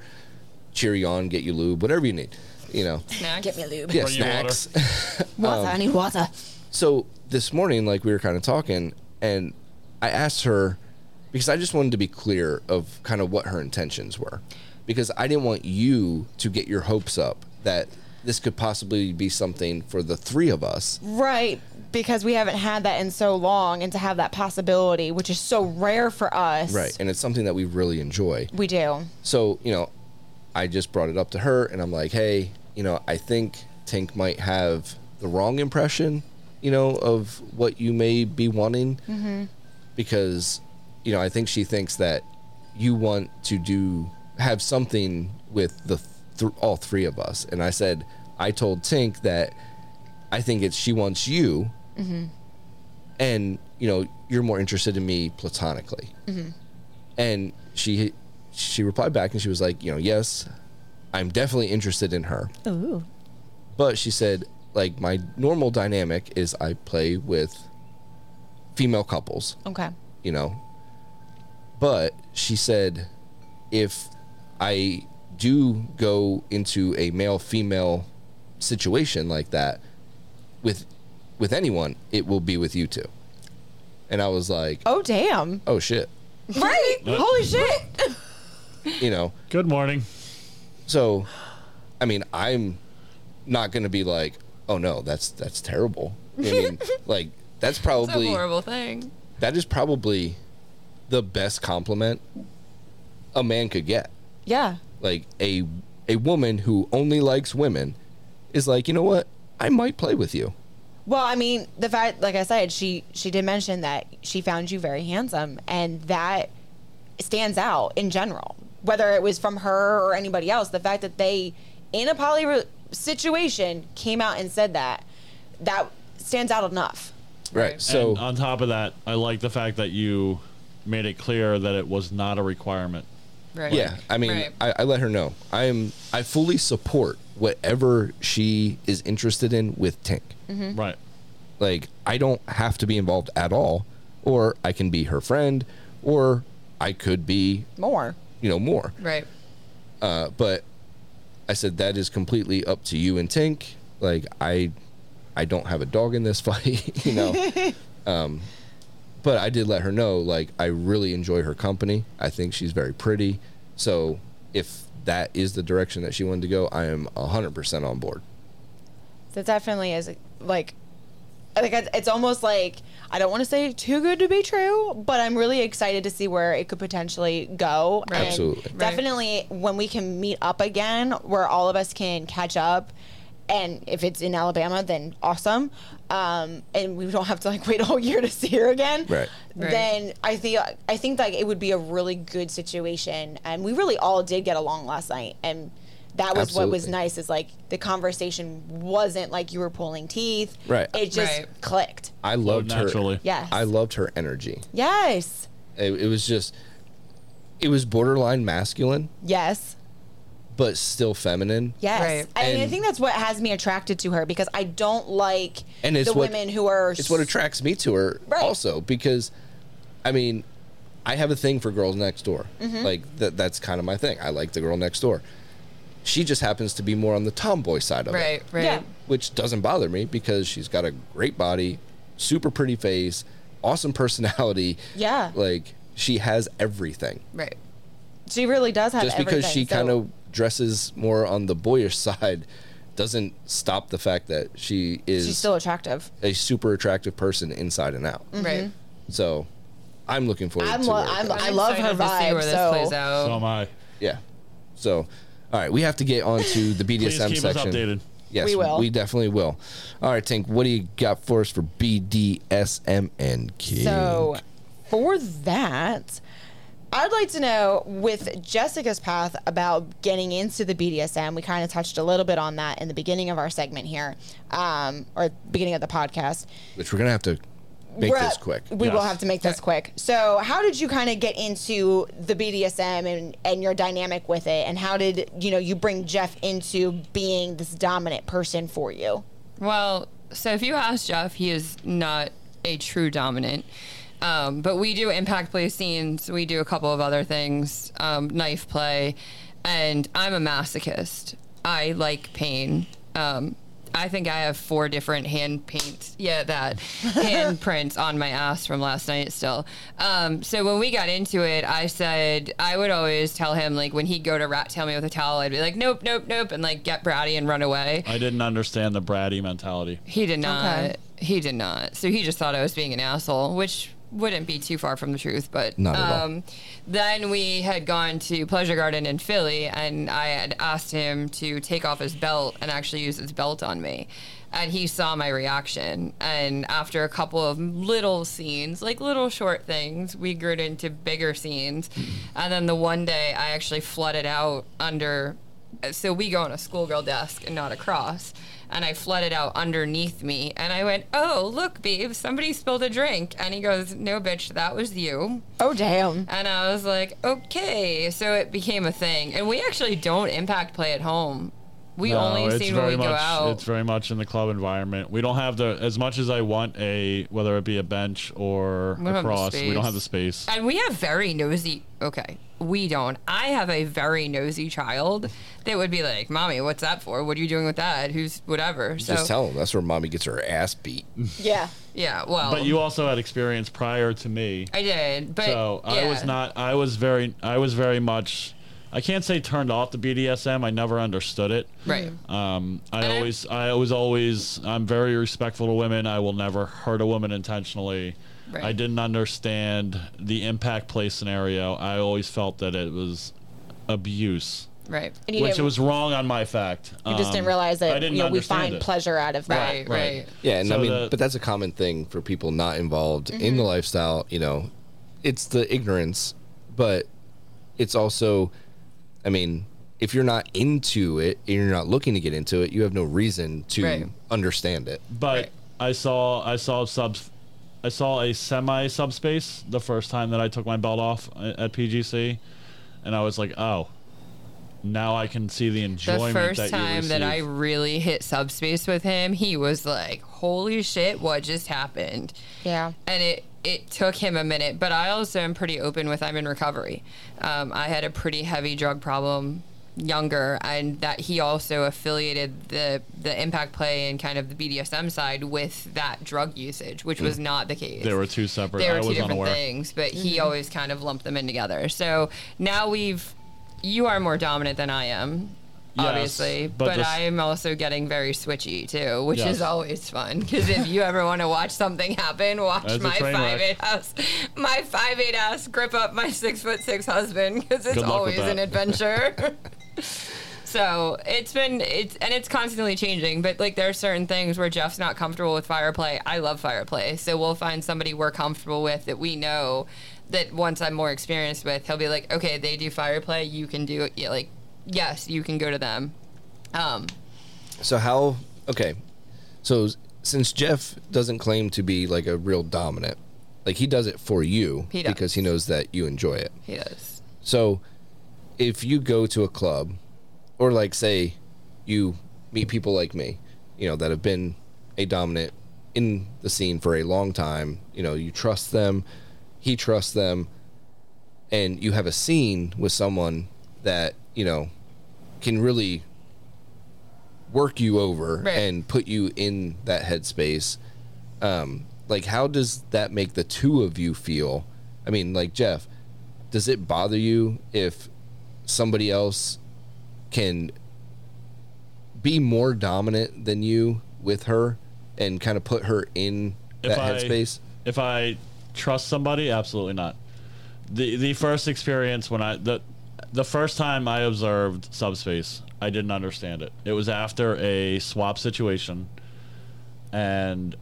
S3: cheer you on, get you lube, whatever you need, you know.
S2: Snacks?
S1: Get me a lube.
S3: Yeah, um,
S4: Bring you water.
S3: snacks.
S1: Water. I need water.
S3: so this morning like we were kind of talking and i asked her because i just wanted to be clear of kind of what her intentions were because i didn't want you to get your hopes up that this could possibly be something for the three of us
S1: Right. Because we haven't had that in so long, and to have that possibility, which is so rare for us.
S3: and it's something that we really enjoy
S1: We do.
S3: so you know i just brought it up to her and i'm like hey you know i think tink might have the wrong impression you know of what you may be wanting because you know i think she thinks that you want to do have something with the th- all three of us and i said i told tink that i think it's she wants you and you know you're more interested in me platonically and she she replied back and she was like you know yes i'm definitely interested in her
S1: Ooh.
S3: but she said like my normal dynamic is i play with female couples
S1: Okay.
S3: you know but she said if i do go into a male female situation like that with with anyone it will be with you two and i was like
S1: Oh damn.
S3: oh shit
S1: Right. Holy shit.
S3: you know
S4: Good morning.
S3: So, I mean, I'm not going to be like, oh no, that's that's terrible. I mean, like that's
S2: It's a
S3: probably
S2: horrible thing.
S3: that is probably the best compliment a man could get.
S1: Yeah.
S3: Like a a woman who only likes women is like, you know what? I might play with you.
S1: Well, I mean, the fact, like I said, she she did mention that she found you very handsome, and that stands out in general. Whether it was from her or anybody else, the fact that they, in a poly re- situation, came out and said that, that stands out enough.
S3: Right.
S2: Right.
S3: So
S4: and on top of that, I like the fact that you made it clear that it was not a requirement.
S2: Right.
S3: yeah, I mean,
S2: Right.
S3: I, I let her know. I am. I fully support whatever she is interested in with Tink.
S2: Mm-hmm.
S4: Right.
S3: Like, I don't have to be involved at all, or I can be her friend, or I could be,
S1: More.
S3: you know, more.
S2: right.
S3: Uh, but I said that is completely up to you and Tink. Like I, I don't have a dog in this fight, you know. um, but I did let her know. Like I really enjoy her company. I think she's very pretty. So if that is the direction that she wanted to go, I am hundred percent on board.
S1: That definitely is like, like it's it's almost like I don't want to say too good to be true, but I'm really excited to see where it could potentially go.
S2: Right.
S1: And
S3: Absolutely. Right.
S1: definitely when we can meet up again, where all of us can catch up. And if it's in Alabama, then awesome. Um, and we don't have to like wait a whole year to see her again.
S3: Right.
S2: Right.
S1: Then I think I think like it would be a really good situation, and we really all did get along last night, and that was what was nice
S3: Absolutely.
S1: nice is like the conversation wasn't like you were pulling teeth.
S3: Right.
S1: It just
S2: Right.
S1: clicked.
S3: I loved
S4: naturally.
S3: her.
S1: Yes.
S3: I loved her energy.
S1: Yes.
S3: It, it was just, it was borderline masculine,
S1: Yes.
S3: but still feminine.
S1: Yes.
S2: Right.
S1: I mean, I
S3: And-
S1: think that's what has me attracted to her because I don't like
S3: And it's
S1: the
S3: what-
S1: women who are.
S3: it's what attracts me to her
S1: Right.
S3: also because i mean i have a thing for girls next door
S1: Mm-hmm.
S3: like that that's kind of my thing i like the girl next door she just happens to be more on the tomboy side of
S2: Right.
S3: it
S2: Right.
S1: Yeah.
S3: which doesn't bother me because she's got a great body super pretty face awesome personality
S1: Yeah.
S3: like she has everything
S2: Right.
S1: She really does have
S3: just because
S1: everything,
S3: she
S1: so-
S3: kind of dresses more on the boyish side doesn't stop the fact that she is
S1: She's still attractive.
S3: a super attractive person inside and out
S1: Mm-hmm.
S2: Right.
S3: so I'm looking forward
S1: I'm
S3: to
S1: lo-
S3: it.
S1: I'm- I
S2: I'm
S1: love her
S2: excited to see
S1: vibe,
S2: where this
S1: so-
S2: plays out.
S4: So am I.
S3: yeah. So, all right, we have to get on to the
S4: Please
S3: BDSM
S4: keep
S3: section.
S4: us updated.
S3: Yes,
S1: We will.
S3: We definitely will. All right, Tink, what do you got for us for BDSM and King?
S1: So, for that, I'd like to know with Jessica's path about getting into the BDSM. We kind of touched a little bit on that in the beginning of our segment here, um, or beginning of the podcast.
S3: which we're gonna have to make
S1: We're
S3: this
S1: at-
S3: quick.
S1: We will
S4: Yes.
S1: have to make this quick. So, how did you kind of get into the BDSM and, and your dynamic with it? And how did you know you bring Jeff into being this dominant person for you?
S2: Well, so if you ask Jeff, he is not a true dominant. Um, but we do impact play scenes. We do a couple of other things, um, knife play, and I'm a masochist. I like pain. Um, I think I have four different hand paints. Yeah, that hand prints on my ass from last night still. Um, so when we got into it, I said I would always tell him like when he'd go to rat tail me with a towel, I'd be like, nope, nope, nope, and like get bratty and run away.
S4: I didn't understand the bratty mentality.
S2: He did not.
S1: Okay.
S2: He did not. So he just thought I was being an asshole, which wouldn't be too far from the truth, but um,
S3: Not at all.
S2: then we had gone to Pleasure Garden in Philly and I had asked him to take off his belt and actually use his belt on me. And he saw my reaction. And after a couple of little scenes, like little short things, we grew into bigger scenes. And then the one day I actually flooded out under so we go on a schoolgirl desk and not across. And I flooded out underneath me and I went, Oh, look, babe, somebody spilled a drink. And he goes, No, bitch, that was you.
S1: Oh, damn.
S2: And I was like, Okay. So it became a thing. And we actually don't impact play at home. We only see when we
S4: much,
S2: go out.
S4: It's very much in the club environment. We don't have the as much as I want a whether it be a bench or
S2: don't
S4: a
S2: have the
S4: cross. We don't
S2: space.
S4: have the space.
S2: And we have very nosy. Okay, we don't. I have a very nosy child that would be like, "Mommy, what's that for? What are you doing with that? Who's whatever?" So
S3: Just tell them that's where mommy gets her ass beat.
S1: Yeah.
S2: yeah, well,
S4: But you also had experience prior to me,
S2: I did, but
S4: so I was
S2: yeah.
S4: not. I was very. I was very much. I can't say turned off the BDSM. I never understood it.
S2: right.
S4: Um, I
S2: And I-
S4: always, I was always, I'm very respectful to women. I will never hurt a woman intentionally.
S2: Right.
S4: I didn't understand the impact play scenario. I always felt that it was abuse.
S2: Right.
S1: And you
S4: which
S1: didn't-
S4: was um, wrong on my fact.
S1: You just didn't realize that you know, we find pleasure out of that.
S2: Right. Right.
S4: Right.
S3: Yeah, and I
S4: So
S3: mean,
S4: the-
S3: but that's a common thing for people not involved
S2: Mm-hmm.
S3: in the lifestyle. You know, it's the ignorance, but it's also, I mean, if you're not into it and you're not looking to get into it, you have no reason to
S2: Right.
S3: understand it.
S4: But
S2: Right.
S4: I saw I saw subs I saw a semi subspace the first time that I took my belt off a- at PGC, and I was like, oh, now I can see the
S2: The
S4: enjoyment.
S2: first
S4: that you
S2: time that I
S4: receive.
S2: really hit subspace with him, he was like, "Holy shit, what just happened?"
S1: Yeah.
S2: and it it took him a minute but i also am pretty open with i'm in recovery um, i had a pretty heavy drug problem younger and that he also affiliated the the impact play and kind of the bdsm side with that drug usage which was not the case
S4: they Mm. were two separate.
S2: they were
S4: I
S2: two
S4: was
S2: different
S4: unaware.
S2: things but he always kind of lumped them in together so now we've you are more dominant than i am
S4: Yes,
S2: obviously
S4: but
S2: but,
S4: this-
S2: i am also getting very switchy too which
S4: Yes.
S2: is always fun because if you ever want to watch something happen watch
S4: That's a
S2: my
S4: train wreck.
S2: five eight ass my five eight ass grip up my six foot six husband because it's
S4: Good luck
S2: always
S4: with
S2: an
S4: that.
S2: adventure So it's been it's and it's constantly changing, but like there are certain things where Jeff's not comfortable with fire play. I love fire play, so we'll find somebody we're comfortable with that we know that once I'm more experienced with, he'll be like, okay, they do fire play, you can do it. Yeah, like yes, you can go to them. Um,
S3: So how? Okay, so s- since Jeff doesn't claim to be like a real dominant, like he does it for you
S2: He does.
S3: because he knows that you enjoy it.
S2: he does.
S3: So, if you go to a club, or like say, you meet people like me, you know that have been a dominant in the scene for a long time. You know you trust them, he trusts them, and you have a scene with someone that you know can really work you over
S2: Right.
S3: and put you in that headspace. Um, like, how does that make the two of you feel? I mean, like Jeff, does it bother you if somebody else can be more dominant than you with her and kind of put her in that headspace?
S4: If I trust somebody, absolutely not. The the first experience when I the the first time I observed subspace, I didn't understand it. It was after a swap situation and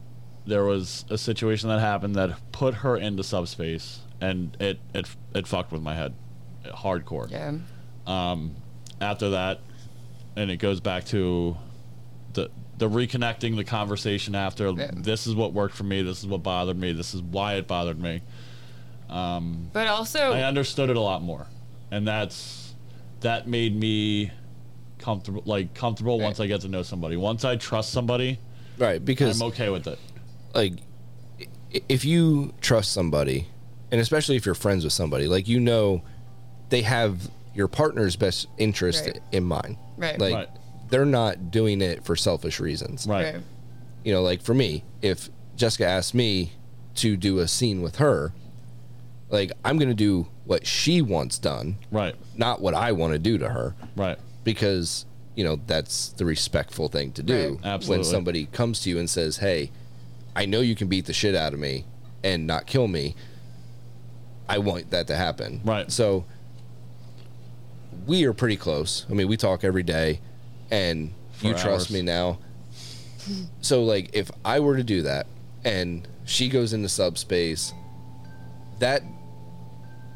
S4: there was a situation that happened that put her into subspace and it it it fucked with my head hardcore
S2: Yeah,
S4: after that, and it goes back to the the reconnecting the conversation after
S2: Yeah.
S4: this is what worked for me, this is what bothered me, this is why it bothered me.
S2: but also
S4: I understood it a lot more, and that's that made me comfortable like comfortable once I get to know somebody. Once I trust somebody,
S3: Right, because
S4: I'm okay with it.
S3: like i- if you trust somebody and especially if you're friends with somebody like you know they have your partner's best interest
S2: Right.
S3: in mind
S2: Right.
S3: like
S4: Right.
S3: they're not doing it for selfish reasons
S4: Right.
S2: Right.
S3: you know like for me if jessica asked me to do a scene with her like i'm gonna do what she wants done
S4: Right.
S3: not what i want to do to her
S4: Right.
S3: because you know that's the respectful thing to do
S2: Right.
S3: when
S4: Absolutely.
S3: somebody comes to you and says hey i know you can beat the shit out of me and not kill me i want that to happen
S4: Right.
S3: so we are pretty close i mean we talk every day and you
S4: For
S3: trust
S4: hours.
S3: me now so like if i were to do that and she goes into subspace that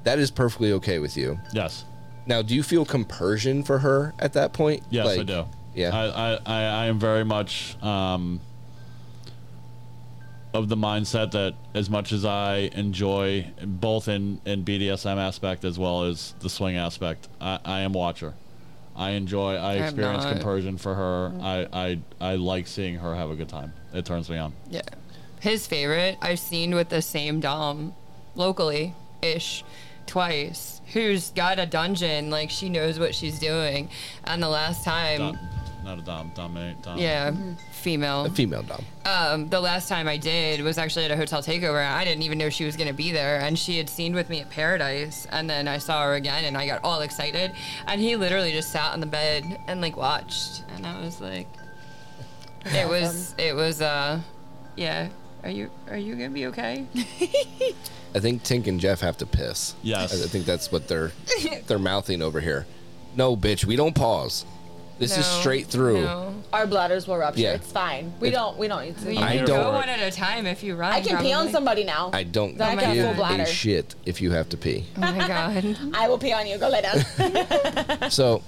S3: that is perfectly okay with you
S4: Yes.
S3: now, do you feel compersion for her at that point?
S4: Yes, I
S3: Like-
S4: do.
S3: Yeah.
S4: I, I, I, I am very much um, of the mindset that as much as I enjoy both in, in BDSM aspect as well as the swing aspect, I, I am watcher. I enjoy. I
S2: I'm
S4: experience
S2: not. Mm.
S4: compersion for her. I, I I like seeing her have a good time. It turns me on.
S2: Yeah. His favorite I've seen with the same Dom locally ish twice, who's got a dungeon, like she knows what she's doing. And the last time
S4: Dom, not a dom. Dominate. Dom.
S2: Yeah, female.
S3: A female dom.
S2: Um, the last time I did was actually at a hotel takeover. I didn't even know she was going to be there, and she had seen with me at Paradise, and then I saw her again, and I got all excited. And he literally just sat on the bed and like watched, and I was like, it was, it was, uh, yeah. Are you are you gonna be okay?
S3: I think Tink and Jeff have to piss.
S4: Yes.
S3: I I think that's what they're they're mouthing over here. No, bitch, we don't pause. This is
S2: No,
S3: straight through.
S2: no.
S1: Our bladders will rupture.
S3: Yeah.
S1: It's fine. We
S3: It's-
S1: don't. We don't need to.
S2: You
S1: I,
S3: I
S2: can
S3: don't-
S2: go one at a time if you run.
S1: can pee on
S2: probably.
S1: somebody now.
S3: I don't
S1: That
S2: got
S3: give
S2: full
S1: bladder.
S3: a shit if you have to pee.
S2: Oh my god.
S1: I will pee on you. Go lay down.
S3: So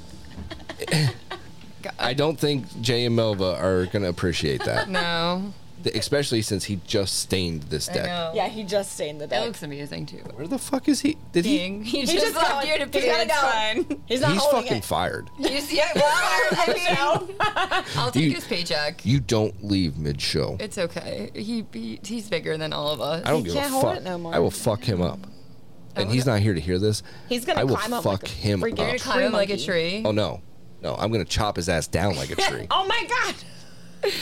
S3: I don't think Jay and Melva are gonna appreciate that,
S2: No.
S3: especially since he just stained this
S2: I
S3: deck.
S2: know.
S1: yeah, he just stained the
S2: That
S1: deck.
S2: looks amusing too.
S3: Where the fuck is he? Did he?
S2: He, he just,
S1: just
S2: left
S1: going.
S2: you to
S1: He's
S2: pee.
S1: gotta
S2: It's
S1: go.
S2: fine.
S1: He's not
S3: He's
S1: holding
S3: fucking
S1: it.
S3: fired.
S2: He's, yeah, well, I mean, I'll take
S3: You-
S2: his paycheck.
S3: You don't leave mid show.
S2: It's okay. He, he he's bigger than all of us.
S3: I don't
S1: He
S3: give a
S1: can't hold
S3: fuck.
S1: it no more.
S3: I will fuck him up. And he's not here to hear this.
S1: He's gonna
S3: I will
S1: climb up
S3: fuck
S1: like a
S3: him
S1: freaking-
S3: up.
S2: You're gonna climb him like a
S1: monkey.
S2: tree.
S3: Oh no, no! I'm gonna chop his ass down like a tree.
S1: oh my god.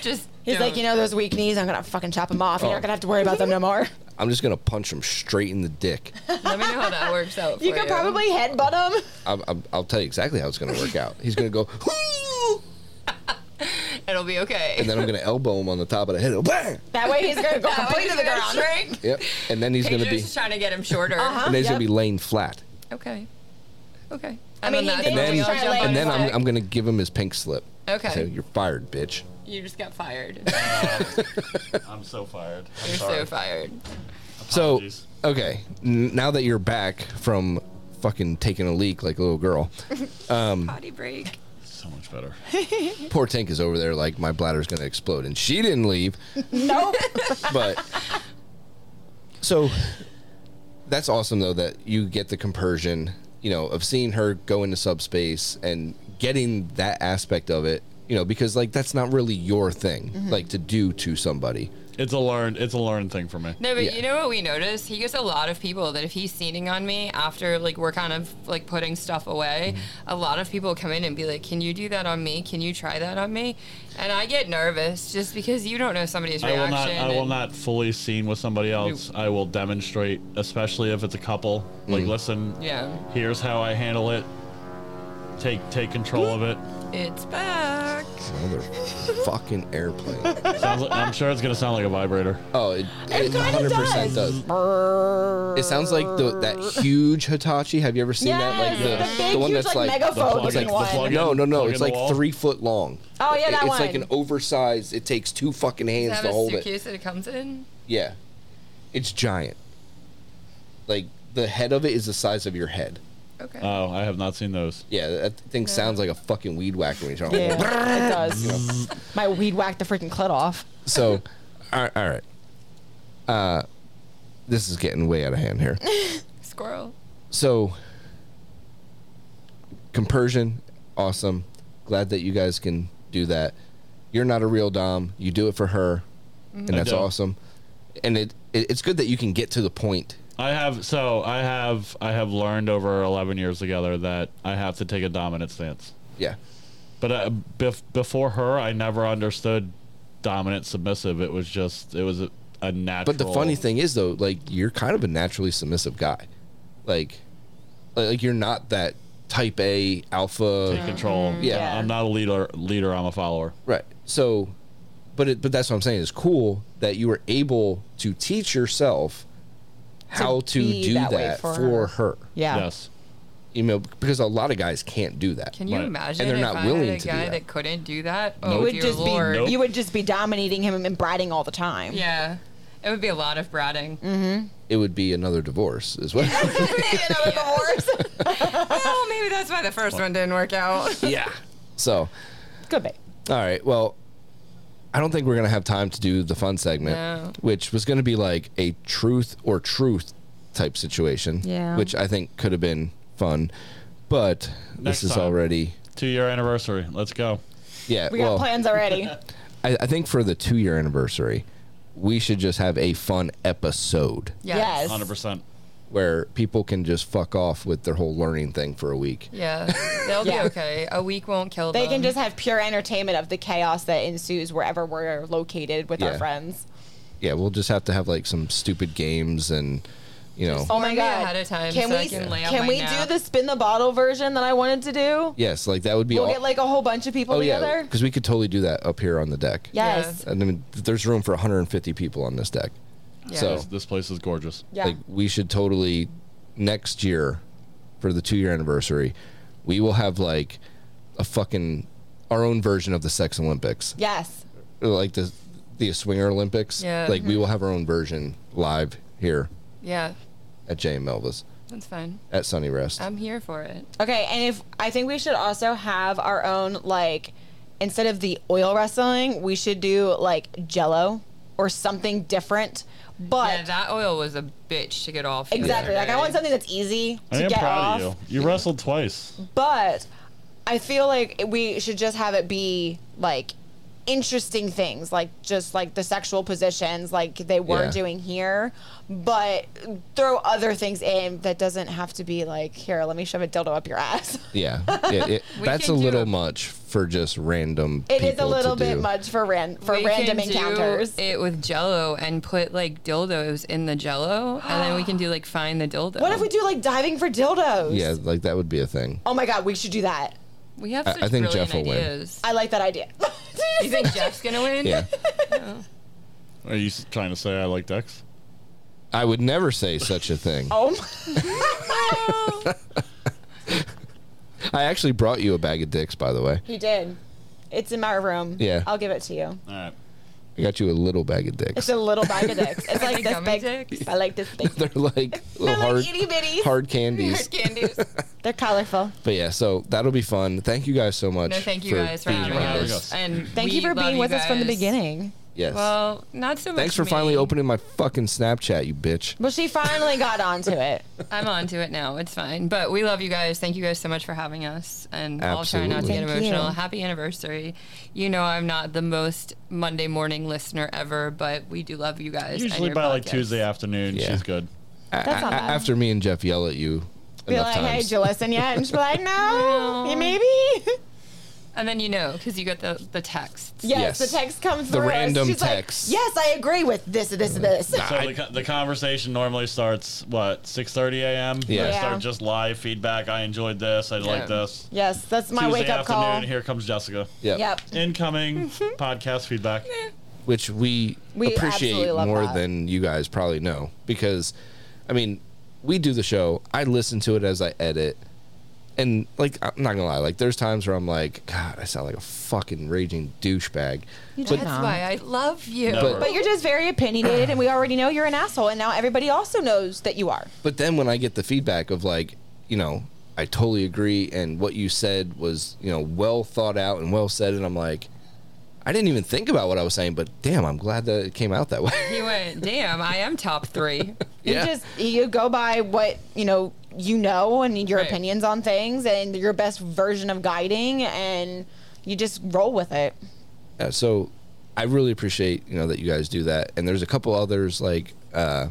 S2: Just
S1: He's like,
S2: don't.
S1: you know those weak knees. I'm gonna fucking chop them off. You're
S3: Oh.
S1: not gonna have to worry about them no more.
S3: I'm just gonna punch him straight in the dick.
S2: Let me know how that works out. For
S1: You could probably headbutt him.
S3: I'm, I'm, I'll tell you exactly how it's gonna work out. He's gonna go, "Hoo!"
S2: It'll be okay.
S3: and then I'm gonna elbow him on the top of the head. Bang!
S1: That way he's gonna go
S2: That way
S1: completely to the
S2: he's gonna
S1: ground.
S2: shrink.
S3: Yep. And then he's
S2: He's
S3: gonna be,
S2: just trying to get him shorter.
S1: Uh-huh.
S3: and then he's gonna
S1: Yep.
S3: be laying flat.
S2: Okay. Okay.
S1: I mean, he
S2: on that,
S1: did
S2: don't we
S1: just
S2: all
S1: try to
S2: jump
S1: lay
S2: on
S3: And
S2: his
S3: then I'm,
S2: back?
S3: I'm gonna give him his pink slip.
S2: Okay.
S3: So you're fired, bitch.
S2: You just got fired.
S4: I'm so fired. I'm
S2: You're
S4: sorry.
S2: so fired.
S3: So
S4: Apologies.
S3: okay, n- now that you're back from fucking taking a leak like a little girl,
S2: Body break.
S4: So much better.
S3: poor Tank is over there like my bladder's gonna explode, and she didn't leave.
S1: Nope.
S3: but so that's awesome though that you get the compersion you know of seeing her go into subspace and getting that aspect of it you know because like that's not really your thing
S1: Mm-hmm.
S3: like to do to somebody
S4: It's a learned. It's a learned thing for me.
S2: No, but
S3: Yeah.
S2: you know what we noticed? He gets a lot of people that if he's seating on me after like we're kind of like putting stuff away,
S4: Mm-hmm.
S2: a lot of people come in and be like, "Can you do that on me? Can you try that on me?" And I get nervous just because you don't know somebody's
S4: I
S2: reaction.
S4: will not. I will
S2: and-
S4: not fully scene with somebody else. I will demonstrate, especially if it's a couple.
S3: Mm.
S4: Like, listen.
S2: Yeah.
S4: Here's how I handle it. Take take control of it.
S2: It's back.
S3: another fucking airplane
S4: Sounds like, I'm sure it's gonna sound like a vibrator.
S3: oh it, it,
S1: kinda
S3: 100% does. it sounds like the, that huge hitachi have you ever seen that like
S1: Yes, the
S3: the,
S1: big,
S3: one
S1: huge,
S3: that's
S1: like,
S3: like
S1: megaphone
S4: The plug-
S1: looking
S4: the
S1: one.
S4: plug-
S3: no, no, no!
S4: plug
S3: It's
S4: in the
S3: like
S4: wall?
S3: three foot long.
S1: Oh, yeah,
S3: It-
S1: that
S3: It's like
S1: one.
S3: an oversized. It takes two fucking
S2: Is
S3: hands
S2: that
S3: to
S2: a
S3: hold it.
S2: suitcase that it comes in?
S3: Yeah. It's giant. Like the head of it is the size of your head.
S2: Okay.
S4: Oh, I have not seen those.
S3: Yeah, that thing sounds like a fucking weed whacker when you're talking.
S1: Yeah, it does. My weed whacked the freaking clit off.
S3: So, all right, all right. Uh, this is getting way out of hand here.
S2: Squirrel.
S3: So, compersion, awesome. Glad that you guys can do that. You're not a real dom. You do it for her, and
S4: Mm-hmm. I
S3: that's
S4: don't.
S3: awesome. And it, it it's good that you can get to the point.
S4: I have. So I have. I have learned over 11 years together that I have to take a dominant stance.
S3: Yeah.
S4: But uh, bef- before her, I never understood dominant submissive. It was just it was a, a natural.
S3: But the funny thing is, though, like you're kind of a naturally submissive guy, like, like like, you're not that type A alpha,
S4: take control.
S2: Mm-hmm.
S3: Yeah.
S4: Uh, I'm not a leader. Leader, I'm a follower.
S3: right? So, but it, but that's what I'm saying. It's cool that you were able to teach yourself how to,
S1: be
S3: do that,
S1: that way
S3: for,
S1: for
S3: her.
S1: Yeah.
S4: Yes.
S3: You know, because a lot of guys can't do that.
S2: Can you
S4: Right.
S2: imagine
S3: And they're not
S2: if I
S3: willing
S2: had a
S3: to do
S2: guy
S3: that.
S2: that. couldn't do that? Oh,
S1: You would
S2: dear
S1: just
S2: Lord.
S1: be
S4: Nope.
S1: you would just be dominating him and bratting all the time.
S2: Yeah. It would be a lot of bratting.
S3: Mm. It would be another divorce as well.
S2: well, maybe that's why the first one didn't work out.
S3: yeah. So,
S1: Could be.
S3: All right. Well, I don't think we're gonna have time to do the fun segment,
S2: No.
S3: which was gonna be like a truth or truth type situation.
S1: Yeah.
S3: Which I think could have been fun, but
S4: Next
S3: this is
S4: time.
S3: already.
S4: Two year anniversary. Let's go.
S3: Yeah.
S1: We got
S3: well,
S1: plans already.
S3: I, I think for the two-year anniversary, we should just have a fun episode
S1: yes.
S4: Hundred percent.
S3: where people can just fuck off with their whole learning thing for a week.
S2: Yeah. They'll
S1: Yeah.
S2: be okay. A week won't kill them.
S1: They can just have pure entertainment of the chaos that ensues wherever we're located with
S3: Yeah.
S1: our friends.
S3: Yeah, we'll just have to have like some stupid games and, you know.
S1: Oh my
S2: me
S1: god!
S2: ahead of time
S1: can
S2: so I
S1: we
S2: can
S1: can,
S2: lay out my
S1: we
S2: nap.
S1: do the spin the bottle version that I wanted to do?
S3: Yes, like that would be.
S1: We'll
S3: all-
S1: get like a whole bunch of people
S3: oh yeah,
S1: together.
S3: because we could totally do that up here on the deck.
S1: Yes.
S3: I mean, there's room for 150 people on this deck.
S2: Yeah.
S3: so-
S4: This, this place is gorgeous.
S1: Yeah.
S3: Like, we should totally next year for the two year anniversary we will have like a fucking our own version of the Sex Olympics,
S1: Yes.
S3: like the the Swinger Olympics.
S2: Yeah.
S3: Like we will have our own version live here
S2: Yeah,
S3: at J and Melva's
S2: that's fine.
S3: at Sunny Rest.
S2: I'm here for it.
S1: Okay, and if I think we should also have our own like instead of the oil wrestling, we should do like jello or something different. But
S2: Yeah, that oil was a bitch to get off. the
S1: exactly,
S2: other
S1: like I
S2: day.
S1: want something that's easy
S4: I
S1: to
S4: am
S1: get
S4: proud
S1: off.
S4: of you. You wrestled twice.
S1: But I feel like we should just have it be like interesting things, like just like the sexual positions, like they were
S3: Yeah.
S1: doing here, but throw other things in that doesn't have to be like, here, let me shove a dildo up your ass.
S3: Yeah, yeah it,
S2: We
S3: that's a
S2: can do
S3: little
S2: a-
S3: much for just random.
S1: It is a
S3: people to
S1: little bit
S3: do.
S1: much for ran- for
S2: We
S1: random
S2: can do
S1: encounters.
S2: it with Jello and put like dildos in the Jello, and then we can do like find the dildo.
S1: What if we do like diving for dildos?
S3: Yeah, like that would be a thing.
S1: Oh my god, we should do that.
S2: We have
S3: I-
S2: such
S3: I think
S2: brilliant
S3: Jeff will win.
S2: ideas.
S1: I like that idea.
S2: You think Jeff's gonna win?
S3: Yeah,
S4: Are you s- trying to say I like Dex?
S3: I would never say such a thing.
S1: oh my-
S3: I actually brought you a bag of dicks, by the way.
S1: he did. It's in my room.
S3: Yeah.
S1: I'll give it to you.
S4: All right.
S3: I got you a little bag of
S1: It's
S3: dicks.
S1: a little bag of dicks. It's like
S2: Like
S1: this
S2: gummy
S1: big.
S2: dicks?
S1: I like this big.
S3: They're like little
S1: like
S3: hard,
S1: itty bitties.
S3: hard candies.
S2: Candies.
S1: They're colorful.
S3: But yeah, so that'll be fun. Thank you guys so much.
S2: No, thank you guys for
S3: being
S2: having
S3: with
S4: us.
S2: us. And
S1: Thank you
S2: we
S1: for
S2: love
S1: being
S2: you
S1: with us from the
S2: guys.
S1: beginning.
S3: Yes.
S2: Well, not so much.
S3: Thanks for
S2: me.
S3: finally opening my fucking Snapchat, you bitch.
S1: Well, she finally got onto it.
S2: I'm on to it now. It's fine. But we love you guys. Thank you guys so much for having us. And I'll try not to
S3: Absolutely.
S2: get
S1: Thank you.
S2: emotional. Happy anniversary. You know, I'm not the most Monday morning listener ever, but we do love you guys. and
S4: Usually
S2: your
S4: by like
S2: podcast.
S4: Tuesday afternoon,
S3: Yeah.
S4: she's good.
S1: That's
S3: A-
S1: not bad.
S3: after me and Jeff yell at you
S1: Be
S3: enough
S1: like, hey,
S3: times.
S1: did you listen yet? And she'll be like, no,
S2: No.
S1: yeah, maybe.
S2: And then you know, because you get the, the texts.
S1: Yes,
S3: Yes.
S1: the text comes through.
S3: random
S1: She's
S3: text. Mm-hmm.
S1: Like, yes, I agree with this, this, and this.
S4: So the, co- the conversation normally starts what 6:30 a.m.
S3: Yeah.
S4: I
S1: Yeah.
S4: start just live feedback. I enjoyed this. I
S2: Yeah.
S4: like this.
S1: Yes, that's my
S4: Tuesday
S1: wake up
S4: afternoon.
S1: call.
S4: Here comes Jessica.
S3: Yep.
S1: Yep.
S4: Incoming podcast feedback.
S3: Which we,
S1: We
S3: appreciate
S1: absolutely love
S3: more
S1: that.
S3: than you guys probably know because, I mean, we do the show. I listen to it as I edit. And like I'm not gonna lie, like there's times where I'm like, God, I sound like a fucking raging douchebag.
S2: That's why I love you.
S4: Never.
S1: But you're just very opinionated, and we already know you're an asshole, and now everybody also knows that you are.
S3: But then when I get the feedback of like, you know, I totally agree, and what you said was, you know, well thought out and well said, and I'm like, I didn't even think about what I was saying, but damn, I'm glad that it came out that way.
S2: He went, damn, I am top three.
S3: yeah,
S1: You just you go by what you know you know and your
S2: Right.
S1: opinions on things and your best version of guiding and you just roll with it.
S3: Yeah, Uh, so I really appreciate you know that you guys do that, and there's a couple others like uh,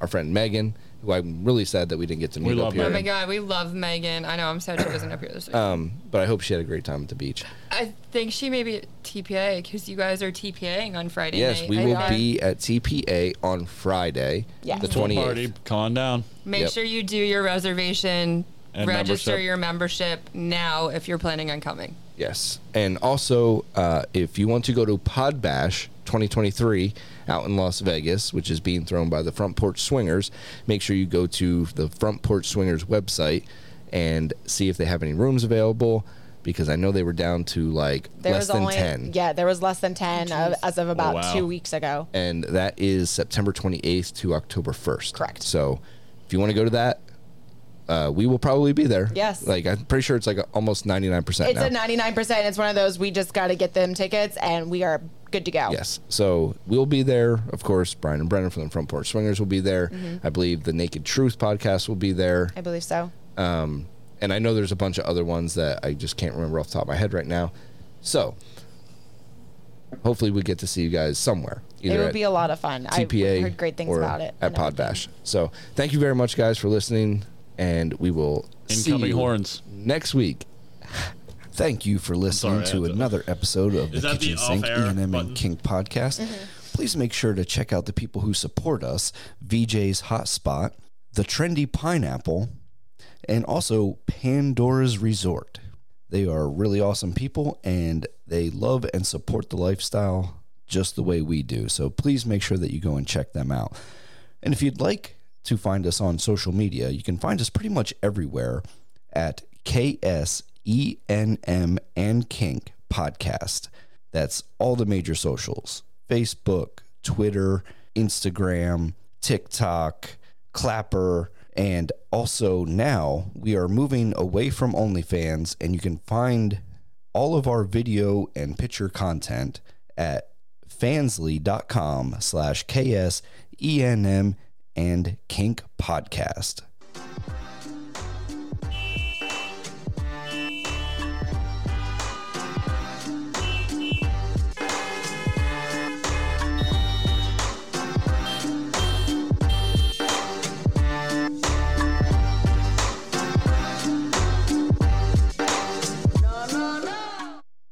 S3: our friend Megan, who I'm really sad that we didn't get to meet up
S4: love
S3: here,
S2: Oh my
S4: Megan.
S2: god, we love Megan. I know I'm sad she wasn't up here this week.
S3: Oh. Um, but I hope she had a great time at the beach.
S2: I think she may be at TPA because you guys are TPAing on Friday
S3: Yes,
S2: night.
S3: we
S2: I
S3: will
S2: think.
S3: be at TPA on Friday,
S1: Yes.
S3: the
S1: Pool
S4: Pool
S3: 28th.
S4: Party, calm down.
S2: Make
S3: Yep.
S2: sure you do your reservation,
S4: And
S2: register
S4: membership.
S2: your membership now if you're planning on coming.
S3: Yes. And also, uh, if you want to go to Pod Bash 2023 out in Las Vegas, which is being thrown by the Front Porch Swingers, make sure you go to the Front Porch Swingers website and see if they have any rooms available because I know they were down to like
S1: There
S3: less
S1: was
S3: than
S1: only
S3: 10.
S1: yeah, there was less than ten of, as of about
S4: wow.
S1: two weeks ago.
S3: And that is September 28th to October 1st.
S1: Correct.
S3: So if you want to go to that, uh, we will probably be there.
S1: Yes.
S3: Like, I'm pretty sure it's like almost 99%
S1: It's
S3: now.
S1: a ninety nine percent. It's one of those we just got to get them tickets and we are good to go.
S3: Yes. So we'll be there. Of course, Brian and Brennan from the Front Porch Swingers will be there.
S1: Mm-hmm.
S3: I believe the Naked Truth podcast will be there. Um,
S1: I believe so.
S3: And I know there's a bunch of other ones that I just can't remember off the top of my head right now. So hopefully we get to see you guys somewhere.
S1: It
S3: either
S1: would
S3: at
S1: be a lot of fun.
S3: TPA
S1: I heard great things
S3: or
S1: about it. and
S3: At
S1: everything.
S3: Pod Bash. So thank you very much, guys, for listening. And we will see
S4: Incoming
S3: you
S4: horns.
S3: next week.
S5: Thank you for listening
S4: sorry, I
S5: to
S4: had to-
S5: another episode of
S4: Is
S5: the
S4: that the
S5: Kitchen Sink
S4: off-air
S3: E
S5: E&M
S4: button?
S5: and King podcast. Please make sure to check out the people who support us, VJ's Hotspot, The Trendy Pineapple, and also Pandora's Resort. They are really awesome people and they love and support the lifestyle just the way we do. So please make sure that you go and check them out. And if you'd like to find us on social media, you can find us pretty much everywhere at KSENM and Kink podcast. That's all the major socials Facebook, Twitter, Instagram, TikTok, Clapper. And also now we are moving away from OnlyFans, and you can find all of our video and picture content at E fansly.com slash KSENM and Kink Podcast.